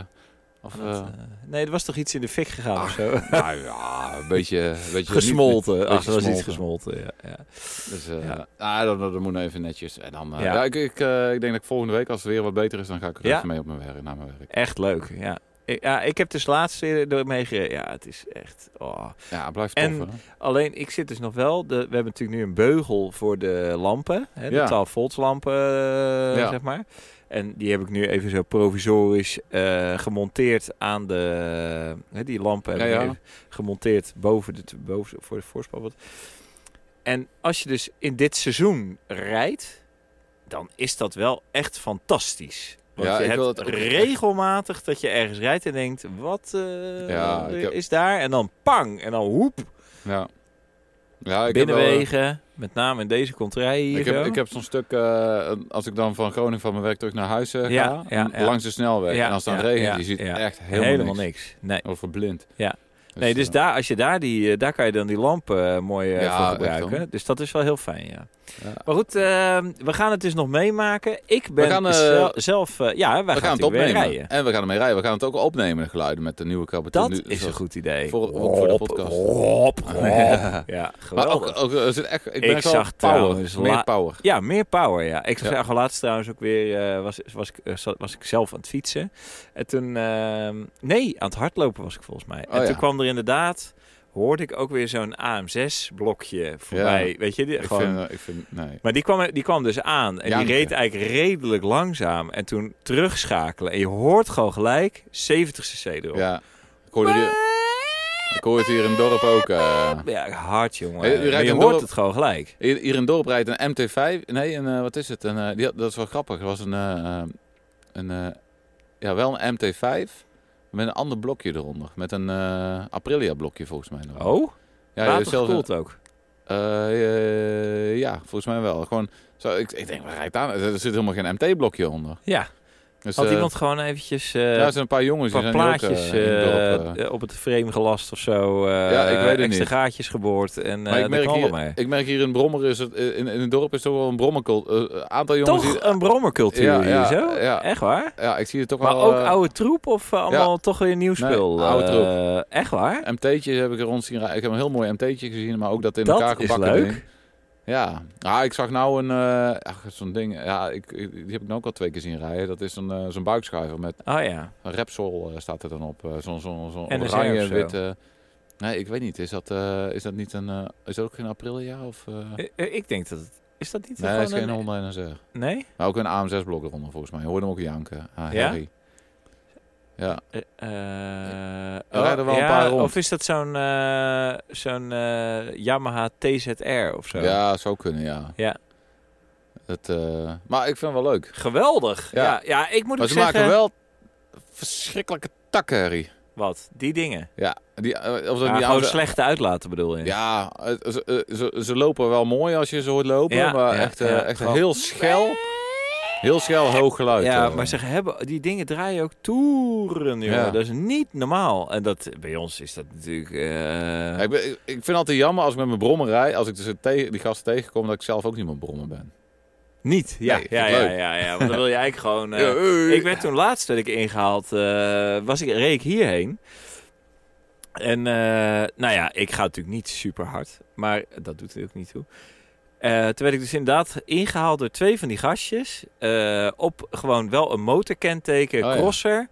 Speaker 3: of,
Speaker 1: Want,
Speaker 3: eh,
Speaker 1: eh, nee, er was toch iets in de fik gegaan of zo?
Speaker 3: nou ja, een beetje... Een beetje
Speaker 1: Gesmolten.
Speaker 3: niet-
Speaker 1: Ach, er was iets
Speaker 3: gesmolten.
Speaker 1: gesmolten, ja. ja.
Speaker 3: Dus eh,
Speaker 1: Ja.
Speaker 3: ah, dan, dan, dan moet even netjes. En dan, eh,
Speaker 1: Ja.
Speaker 3: ja. ik, ik, eh, ik denk dat ik volgende week, als het weer wat beter is, dan ga ik er
Speaker 1: Ja.
Speaker 3: even mee op mijn werk, naar mijn werk.
Speaker 1: Echt leuk, ja. Ik, ja, ik heb dus laatst weer ermee gereden. Ja, het is echt... Oh.
Speaker 3: Ja, het blijft tof.
Speaker 1: En-
Speaker 3: hè?
Speaker 1: Alleen, ik zit dus nog wel... De, we hebben natuurlijk nu een beugel voor de lampen. Hè, de
Speaker 3: Ja.
Speaker 1: 12 volts lampen, eh,
Speaker 3: Ja.
Speaker 1: zeg maar. En die heb ik nu even zo provisorisch eh, gemonteerd aan de... hè, die lampen heb
Speaker 3: Ja,
Speaker 1: ik
Speaker 3: ja.
Speaker 1: even gemonteerd boven de, boven, voor de voorspan. En als je dus in dit seizoen rijdt... dan is dat wel echt fantastisch. Want
Speaker 3: Ja,
Speaker 1: je
Speaker 3: ik
Speaker 1: hebt
Speaker 3: wil het ook echt-
Speaker 1: regelmatig dat je ergens rijdt en denkt... wat eh,
Speaker 3: Ja, ik heb-
Speaker 1: is daar? En dan pang! En dan hoep!
Speaker 3: Ja. Ja, ik heb wel, eh,
Speaker 1: Binnenwegen, met name in deze contraille hier
Speaker 3: Ik
Speaker 1: zo.
Speaker 3: heb, ik heb zo'n stuk, eh, als ik dan van Groningen van mijn werk terug naar huis eh,
Speaker 1: Ja,
Speaker 3: ga,
Speaker 1: ja, ja.
Speaker 3: langs de snelweg.
Speaker 1: Ja,
Speaker 3: en als het aan
Speaker 1: ja,
Speaker 3: het regent,
Speaker 1: ja,
Speaker 3: je ziet
Speaker 1: ja.
Speaker 3: echt helemaal,
Speaker 1: helemaal,
Speaker 3: niks.
Speaker 1: niks. Nee,
Speaker 3: Of verblind.
Speaker 1: Ja. nee dus
Speaker 3: eh,
Speaker 1: daar, als je daar, die, eh, daar kan je dan die lampen eh, mooi eh,
Speaker 3: Ja,
Speaker 1: voor
Speaker 3: echt wel.
Speaker 1: gebruiken. Dus dat is wel heel fijn, ja.
Speaker 3: ja.
Speaker 1: Maar goed, ehm, we gaan het dus nog meemaken. Ik ben
Speaker 3: gaan, eh,
Speaker 1: zel- zelf... eh, ja, wij
Speaker 3: we gaan het
Speaker 1: natuurlijk weer
Speaker 3: opnemen.
Speaker 1: rijden.
Speaker 3: En we gaan ermee rijden. We gaan het ook opnemen, de geluiden met de nieuwe kabaton.
Speaker 1: Dat is een goed idee.
Speaker 3: voor- ook voor de
Speaker 1: Hop,
Speaker 3: podcast.
Speaker 1: hop, hop.
Speaker 3: Ja.
Speaker 1: Ja,
Speaker 3: Maar ook,
Speaker 1: geweldig.
Speaker 3: ook, eh, er zit echt, ik ben
Speaker 1: Ik
Speaker 3: echt wel
Speaker 1: zag
Speaker 3: power.
Speaker 1: trouwens la-
Speaker 3: meer power.
Speaker 1: Ja, meer power, ja. Ik
Speaker 3: Ja.
Speaker 1: zag laatst trouwens ook weer, eh, was, was, ik, eh, zat- was ik zelf aan het fietsen. En toen, ehm, nee, aan het hardlopen was ik volgens mij.
Speaker 3: Oh,
Speaker 1: en
Speaker 3: ja.
Speaker 1: toen kwam er inderdaad, hoorde ik ook weer zo'n AM6-blokje voorbij. Weet je, die,
Speaker 3: Ik
Speaker 1: gewoon...
Speaker 3: vind, eh, ik vind, nee.
Speaker 1: Maar die kwam, die kwam dus aan en die
Speaker 3: Janken.
Speaker 1: reed eigenlijk redelijk langzaam. En toen terugschakelen en je hoort gewoon gelijk 70 cc erop.
Speaker 3: Ja, ik hoor, het hier, ik hoor het hier in het dorp ook. eh.
Speaker 1: Ja, hard jongen.
Speaker 3: Hey, u
Speaker 1: Maar
Speaker 3: rijdt
Speaker 1: je
Speaker 3: een
Speaker 1: hoort
Speaker 3: dorp-
Speaker 1: het gewoon gelijk.
Speaker 3: hier, hier in het dorp rijdt een MT5. Nee, een, eh, wat is het? Een, eh, die had- dat is wel grappig. Er was een, eh, een eh, ja, wel een MT5 met een ander blokje eronder. Met een eh, Aprilia blokje volgens mij. nog.
Speaker 1: Oh,
Speaker 3: ja,
Speaker 1: ja,
Speaker 3: je hebt zelfs een-
Speaker 1: watergekoeld ook.
Speaker 3: eh, eh, ja, volgens mij wel. Gewoon, zo, ik, ik denk, waar rijdt daar? Er zit helemaal geen MT blokje onder.
Speaker 1: Ja,
Speaker 3: Dus,
Speaker 1: had
Speaker 3: eh,
Speaker 1: iemand gewoon eventjes... eh,
Speaker 3: ja, er zijn een paar jongens die
Speaker 1: een paar
Speaker 3: zijn nu ook, eh,
Speaker 1: plaatjes
Speaker 3: in het
Speaker 1: eh,
Speaker 3: dorp, eh.
Speaker 1: eh, op het frame gelast of zo. eh,
Speaker 3: Ja, ik weet het
Speaker 1: extra
Speaker 3: niet.
Speaker 1: gaatjes geboord en
Speaker 3: Maar
Speaker 1: eh
Speaker 3: ik,
Speaker 1: de
Speaker 3: merk
Speaker 1: knallen
Speaker 3: hier,
Speaker 1: mee.
Speaker 3: ik merk hier in Brommer is het in, in het dorp is toch wel een brommercult. eh, aantal jongens
Speaker 1: Toch
Speaker 3: die,
Speaker 1: een brommercultuur
Speaker 3: Ja, ja,
Speaker 1: hier zo?
Speaker 3: ja.
Speaker 1: Echt waar?
Speaker 3: ja, ik zie het toch
Speaker 1: Maar
Speaker 3: wel.
Speaker 1: ook
Speaker 3: eh,
Speaker 1: oude troep of eh, allemaal toch weer nieuw
Speaker 3: Nee,
Speaker 1: spul?
Speaker 3: oude
Speaker 1: Eh,
Speaker 3: troep.
Speaker 1: echt waar?
Speaker 3: MT'tjes heb ik er rond zien rijden. Ik heb een heel mooi MT'tje gezien, maar ook dat in elkaar
Speaker 1: Dat is
Speaker 3: gebakken
Speaker 1: leuk.
Speaker 3: ding. Ja, ah, ik zag nou een eh, ach, zo'n ding. Ja, ik, ik- die heb ik nou ook al twee keer zien rijden. Dat is zo'n eh, zo'n buikschuiver met
Speaker 1: Oh ja.
Speaker 3: een Repsol eh, staat er dan op. Eh, zo'n zo'n zo'n
Speaker 1: NSR of
Speaker 3: oranje
Speaker 1: zo.
Speaker 3: wit. eh, nee, ik weet niet. Is dat eh, is dat niet een eh, is dat ook geen Aprilia of? eh?
Speaker 1: Eh, eh, ik denk dat het... Is dat niet
Speaker 3: nee,
Speaker 1: gewoon
Speaker 3: dat is geen
Speaker 1: een-
Speaker 3: Honda NSR.
Speaker 1: Nee?
Speaker 3: Maar Nou, ook een AM6-blok eronder, volgens mij. Je hoorde hem ook janken. Ah,
Speaker 1: Ja?
Speaker 3: Harry. Ja.
Speaker 1: Eh, eh,
Speaker 3: Er rijden
Speaker 1: oh,
Speaker 3: wel een
Speaker 1: ja,
Speaker 3: paar rond.
Speaker 1: Of is dat zo'n eh, zo'n eh, Yamaha TZR of zo?
Speaker 3: ja, zou kunnen, ja.
Speaker 1: Ja.
Speaker 3: Dat, eh, maar ik vind het wel leuk.
Speaker 1: Geweldig. Ja.
Speaker 3: Ja.
Speaker 1: Ja, ik moet
Speaker 3: maar
Speaker 1: ook
Speaker 3: ze
Speaker 1: zeggen...
Speaker 3: maken wel verschrikkelijke takken, Harry.
Speaker 1: Wat? Die dingen?
Speaker 3: Ja, die, eh, of dat
Speaker 1: Ja,
Speaker 3: die
Speaker 1: gewoon
Speaker 3: oude-
Speaker 1: slechte uitlaten bedoel je?
Speaker 3: Ja, het- ze, eh, ze, ze lopen wel mooi als je ze hoort lopen,
Speaker 1: Ja,
Speaker 3: maar
Speaker 1: ja,
Speaker 3: echt, eh,
Speaker 1: ja.
Speaker 3: echt
Speaker 1: Gewoon-
Speaker 3: heel schel. Heel snel hoog geluid.
Speaker 1: ja,
Speaker 3: eh.
Speaker 1: maar ze hebben, die dingen draaien ook toeren, jongen.
Speaker 3: Ja.
Speaker 1: Dat is niet normaal. En dat, bij ons is dat natuurlijk... eh,
Speaker 3: Ja, ik, ben- ik ik vind het altijd jammer als ik met mijn brommer rijd, als ik dus tegen, die gast tegenkom, dat ik zelf ook niet mijn brommer ben.
Speaker 1: Niet, ja.
Speaker 3: Nee,
Speaker 1: ja,
Speaker 3: vind ik
Speaker 1: ja,
Speaker 3: leuk.
Speaker 1: ja, ja, want dan wil je eigenlijk gewoon... eh,
Speaker 3: Ja, hey.
Speaker 1: Ik werd toen laatst werd ik ingehaald, eh, was ik, reed ik hierheen. En eh, nou ja, ik ga natuurlijk niet super hard, maar dat doet er ook niet toe. Eh, toen werd ik dus inderdaad ingehaald door twee van die gastjes. eh, op gewoon wel een motorkenteken,
Speaker 3: Oh ja.
Speaker 1: crosser,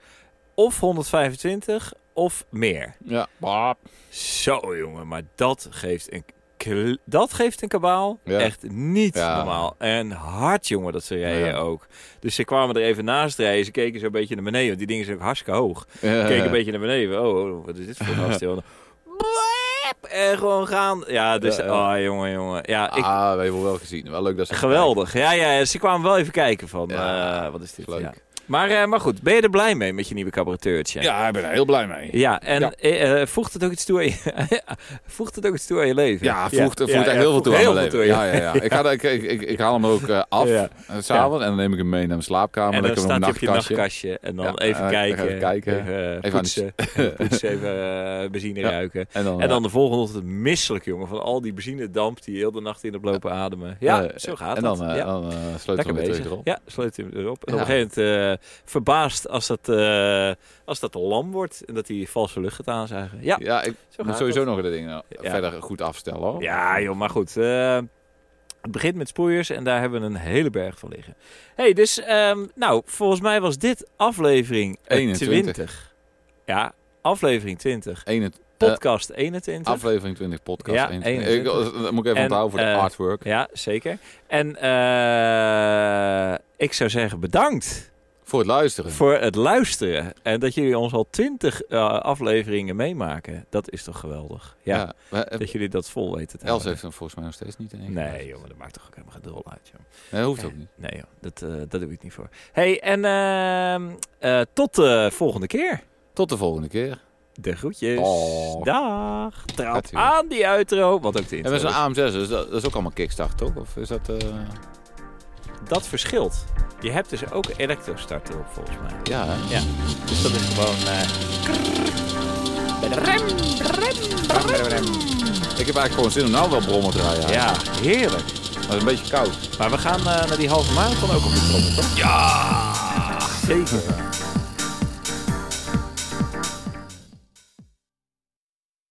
Speaker 1: of 125 of meer.
Speaker 3: Ja. Bap.
Speaker 1: Zo jongen, maar dat geeft een, kl- dat geeft een kabaal.
Speaker 3: Ja.
Speaker 1: Echt niet
Speaker 3: Ja.
Speaker 1: normaal. En hard jongen dat ze reden
Speaker 3: Ja.
Speaker 1: ook. Dus ze kwamen er even naast rijden. Ze keken zo een beetje naar beneden. Want die dingen zijn ook hartstikke hoog.
Speaker 3: Ja.
Speaker 1: Keken een beetje naar beneden. Oh, oh, wat is dit voor een gast? joh? Blep! En gewoon gaan. Ja, dus...
Speaker 3: Ja, ja.
Speaker 1: Oh jongen, jongen. Ja, ik...
Speaker 3: Ah, we hebben wel gezien. Wel leuk dat ze
Speaker 1: Geweldig. Ja, ja, ze kwamen wel even kijken van,
Speaker 3: Ja,
Speaker 1: eh, wat is dit?
Speaker 3: leuk.
Speaker 1: Ja. Maar, eh, maar goed, ben je er blij mee met je nieuwe carburateurtje?
Speaker 3: Ja, ik ben er heel blij mee.
Speaker 1: Ja, en
Speaker 3: Ja.
Speaker 1: eh, eh, voegt het ook iets toe aan je, voegt het ook iets toe aan je leven?
Speaker 3: Ja, voegt, voegt
Speaker 1: Ja,
Speaker 3: echt
Speaker 1: ja,
Speaker 3: heel veel
Speaker 1: voegt
Speaker 3: toe aan
Speaker 1: heel
Speaker 3: mijn leven.
Speaker 1: veel toe,
Speaker 3: ja, ja, ja. Ik, ga, daar- ik, ik, ik, ik haal hem ook eh, af
Speaker 1: Ja.
Speaker 3: eh, s'avonds en dan neem ik hem mee naar mijn slaapkamer.
Speaker 1: En dan
Speaker 3: lekker op
Speaker 1: staat
Speaker 3: mijn
Speaker 1: je op je nachtkastje en dan
Speaker 3: Ja,
Speaker 1: even,
Speaker 3: eh,
Speaker 1: kijken,
Speaker 3: even kijken.
Speaker 1: Even, eh,
Speaker 3: Even aan de-
Speaker 1: poetsen, even, poetsen, even eh, benzine
Speaker 3: Ja.
Speaker 1: ruiken.
Speaker 3: En dan,
Speaker 1: En dan de volgende ochtend misselijk, jongen, van al die benzinedamp die heel de nacht in hebt lopen ademen. Ja,
Speaker 3: eh,
Speaker 1: zo gaat
Speaker 3: en
Speaker 1: dat.
Speaker 3: dan, eh,
Speaker 1: ja.
Speaker 3: dan eh sleutel
Speaker 1: Lekker
Speaker 3: hem weer terug
Speaker 1: bezig.
Speaker 3: erop.
Speaker 1: Ja, sleut hem erop. En
Speaker 3: Ja.
Speaker 1: op een gegeven moment eh, verbaasd als dat, eh, als dat lam wordt en dat die valse lucht gaat aanzuigen. Ja,
Speaker 3: Ja, ik
Speaker 1: zo
Speaker 3: moet
Speaker 1: gaat
Speaker 3: sowieso
Speaker 1: dat.
Speaker 3: nog de dingen
Speaker 1: Ja.
Speaker 3: verder goed afstellen. Hoor.
Speaker 1: Ja, joh, maar goed. eh, het begint met sproeiers en daar hebben we een hele berg van liggen. hey, dus ehm, nou, volgens mij was dit aflevering
Speaker 3: 21.
Speaker 1: 20. Ja, aflevering 20.
Speaker 3: 21
Speaker 1: Podcast 21.
Speaker 3: aflevering 20, podcast
Speaker 1: Ja,
Speaker 3: 21.
Speaker 1: 21.
Speaker 3: Ik, dat moet ik even
Speaker 1: En,
Speaker 3: onthouden voor de
Speaker 1: eh,
Speaker 3: artwork.
Speaker 1: ja, zeker. En eh, ik zou zeggen bedankt
Speaker 3: Voor het luisteren.
Speaker 1: voor het luisteren. En dat jullie ons al 20 eh, afleveringen meemaken. Dat is toch geweldig. Ja,
Speaker 3: we- eh,
Speaker 1: dat jullie dat vol weten te
Speaker 3: Els
Speaker 1: houden.
Speaker 3: heeft hem volgens mij nog steeds niet in één keer
Speaker 1: Nee,
Speaker 3: geluisterd.
Speaker 1: joh, maar dat maakt toch ook helemaal geen drol uit, joh.
Speaker 3: Nee, hoeft ook niet.
Speaker 1: Nee joh, dat, eh, dat doe ik niet voor. hey, en ehm, eh, tot de volgende keer.
Speaker 3: Tot de volgende keer.
Speaker 1: De groetjes.
Speaker 3: Oh.
Speaker 1: Dag. Trap
Speaker 3: Gaat-ie.
Speaker 1: aan die outro. Wat ook de
Speaker 3: En
Speaker 1: intro.
Speaker 3: met zo'n
Speaker 1: is.
Speaker 3: AM6, dus dat, dat is ook allemaal kickstart, toch? Of is dat... eh,
Speaker 1: Dat verschilt. Je hebt dus ook elektrostart erop volgens mij.
Speaker 3: Ja, hè?
Speaker 1: Ja. Dus dat is gewoon... eh,
Speaker 3: Ik heb eigenlijk gewoon zin om nou wel brommen te rijden. hè.
Speaker 1: ja, heerlijk.
Speaker 3: Maar het is een beetje koud.
Speaker 1: Maar we gaan eh, naar die halve marathon ook op de trommel, toch? Ja! Zeker.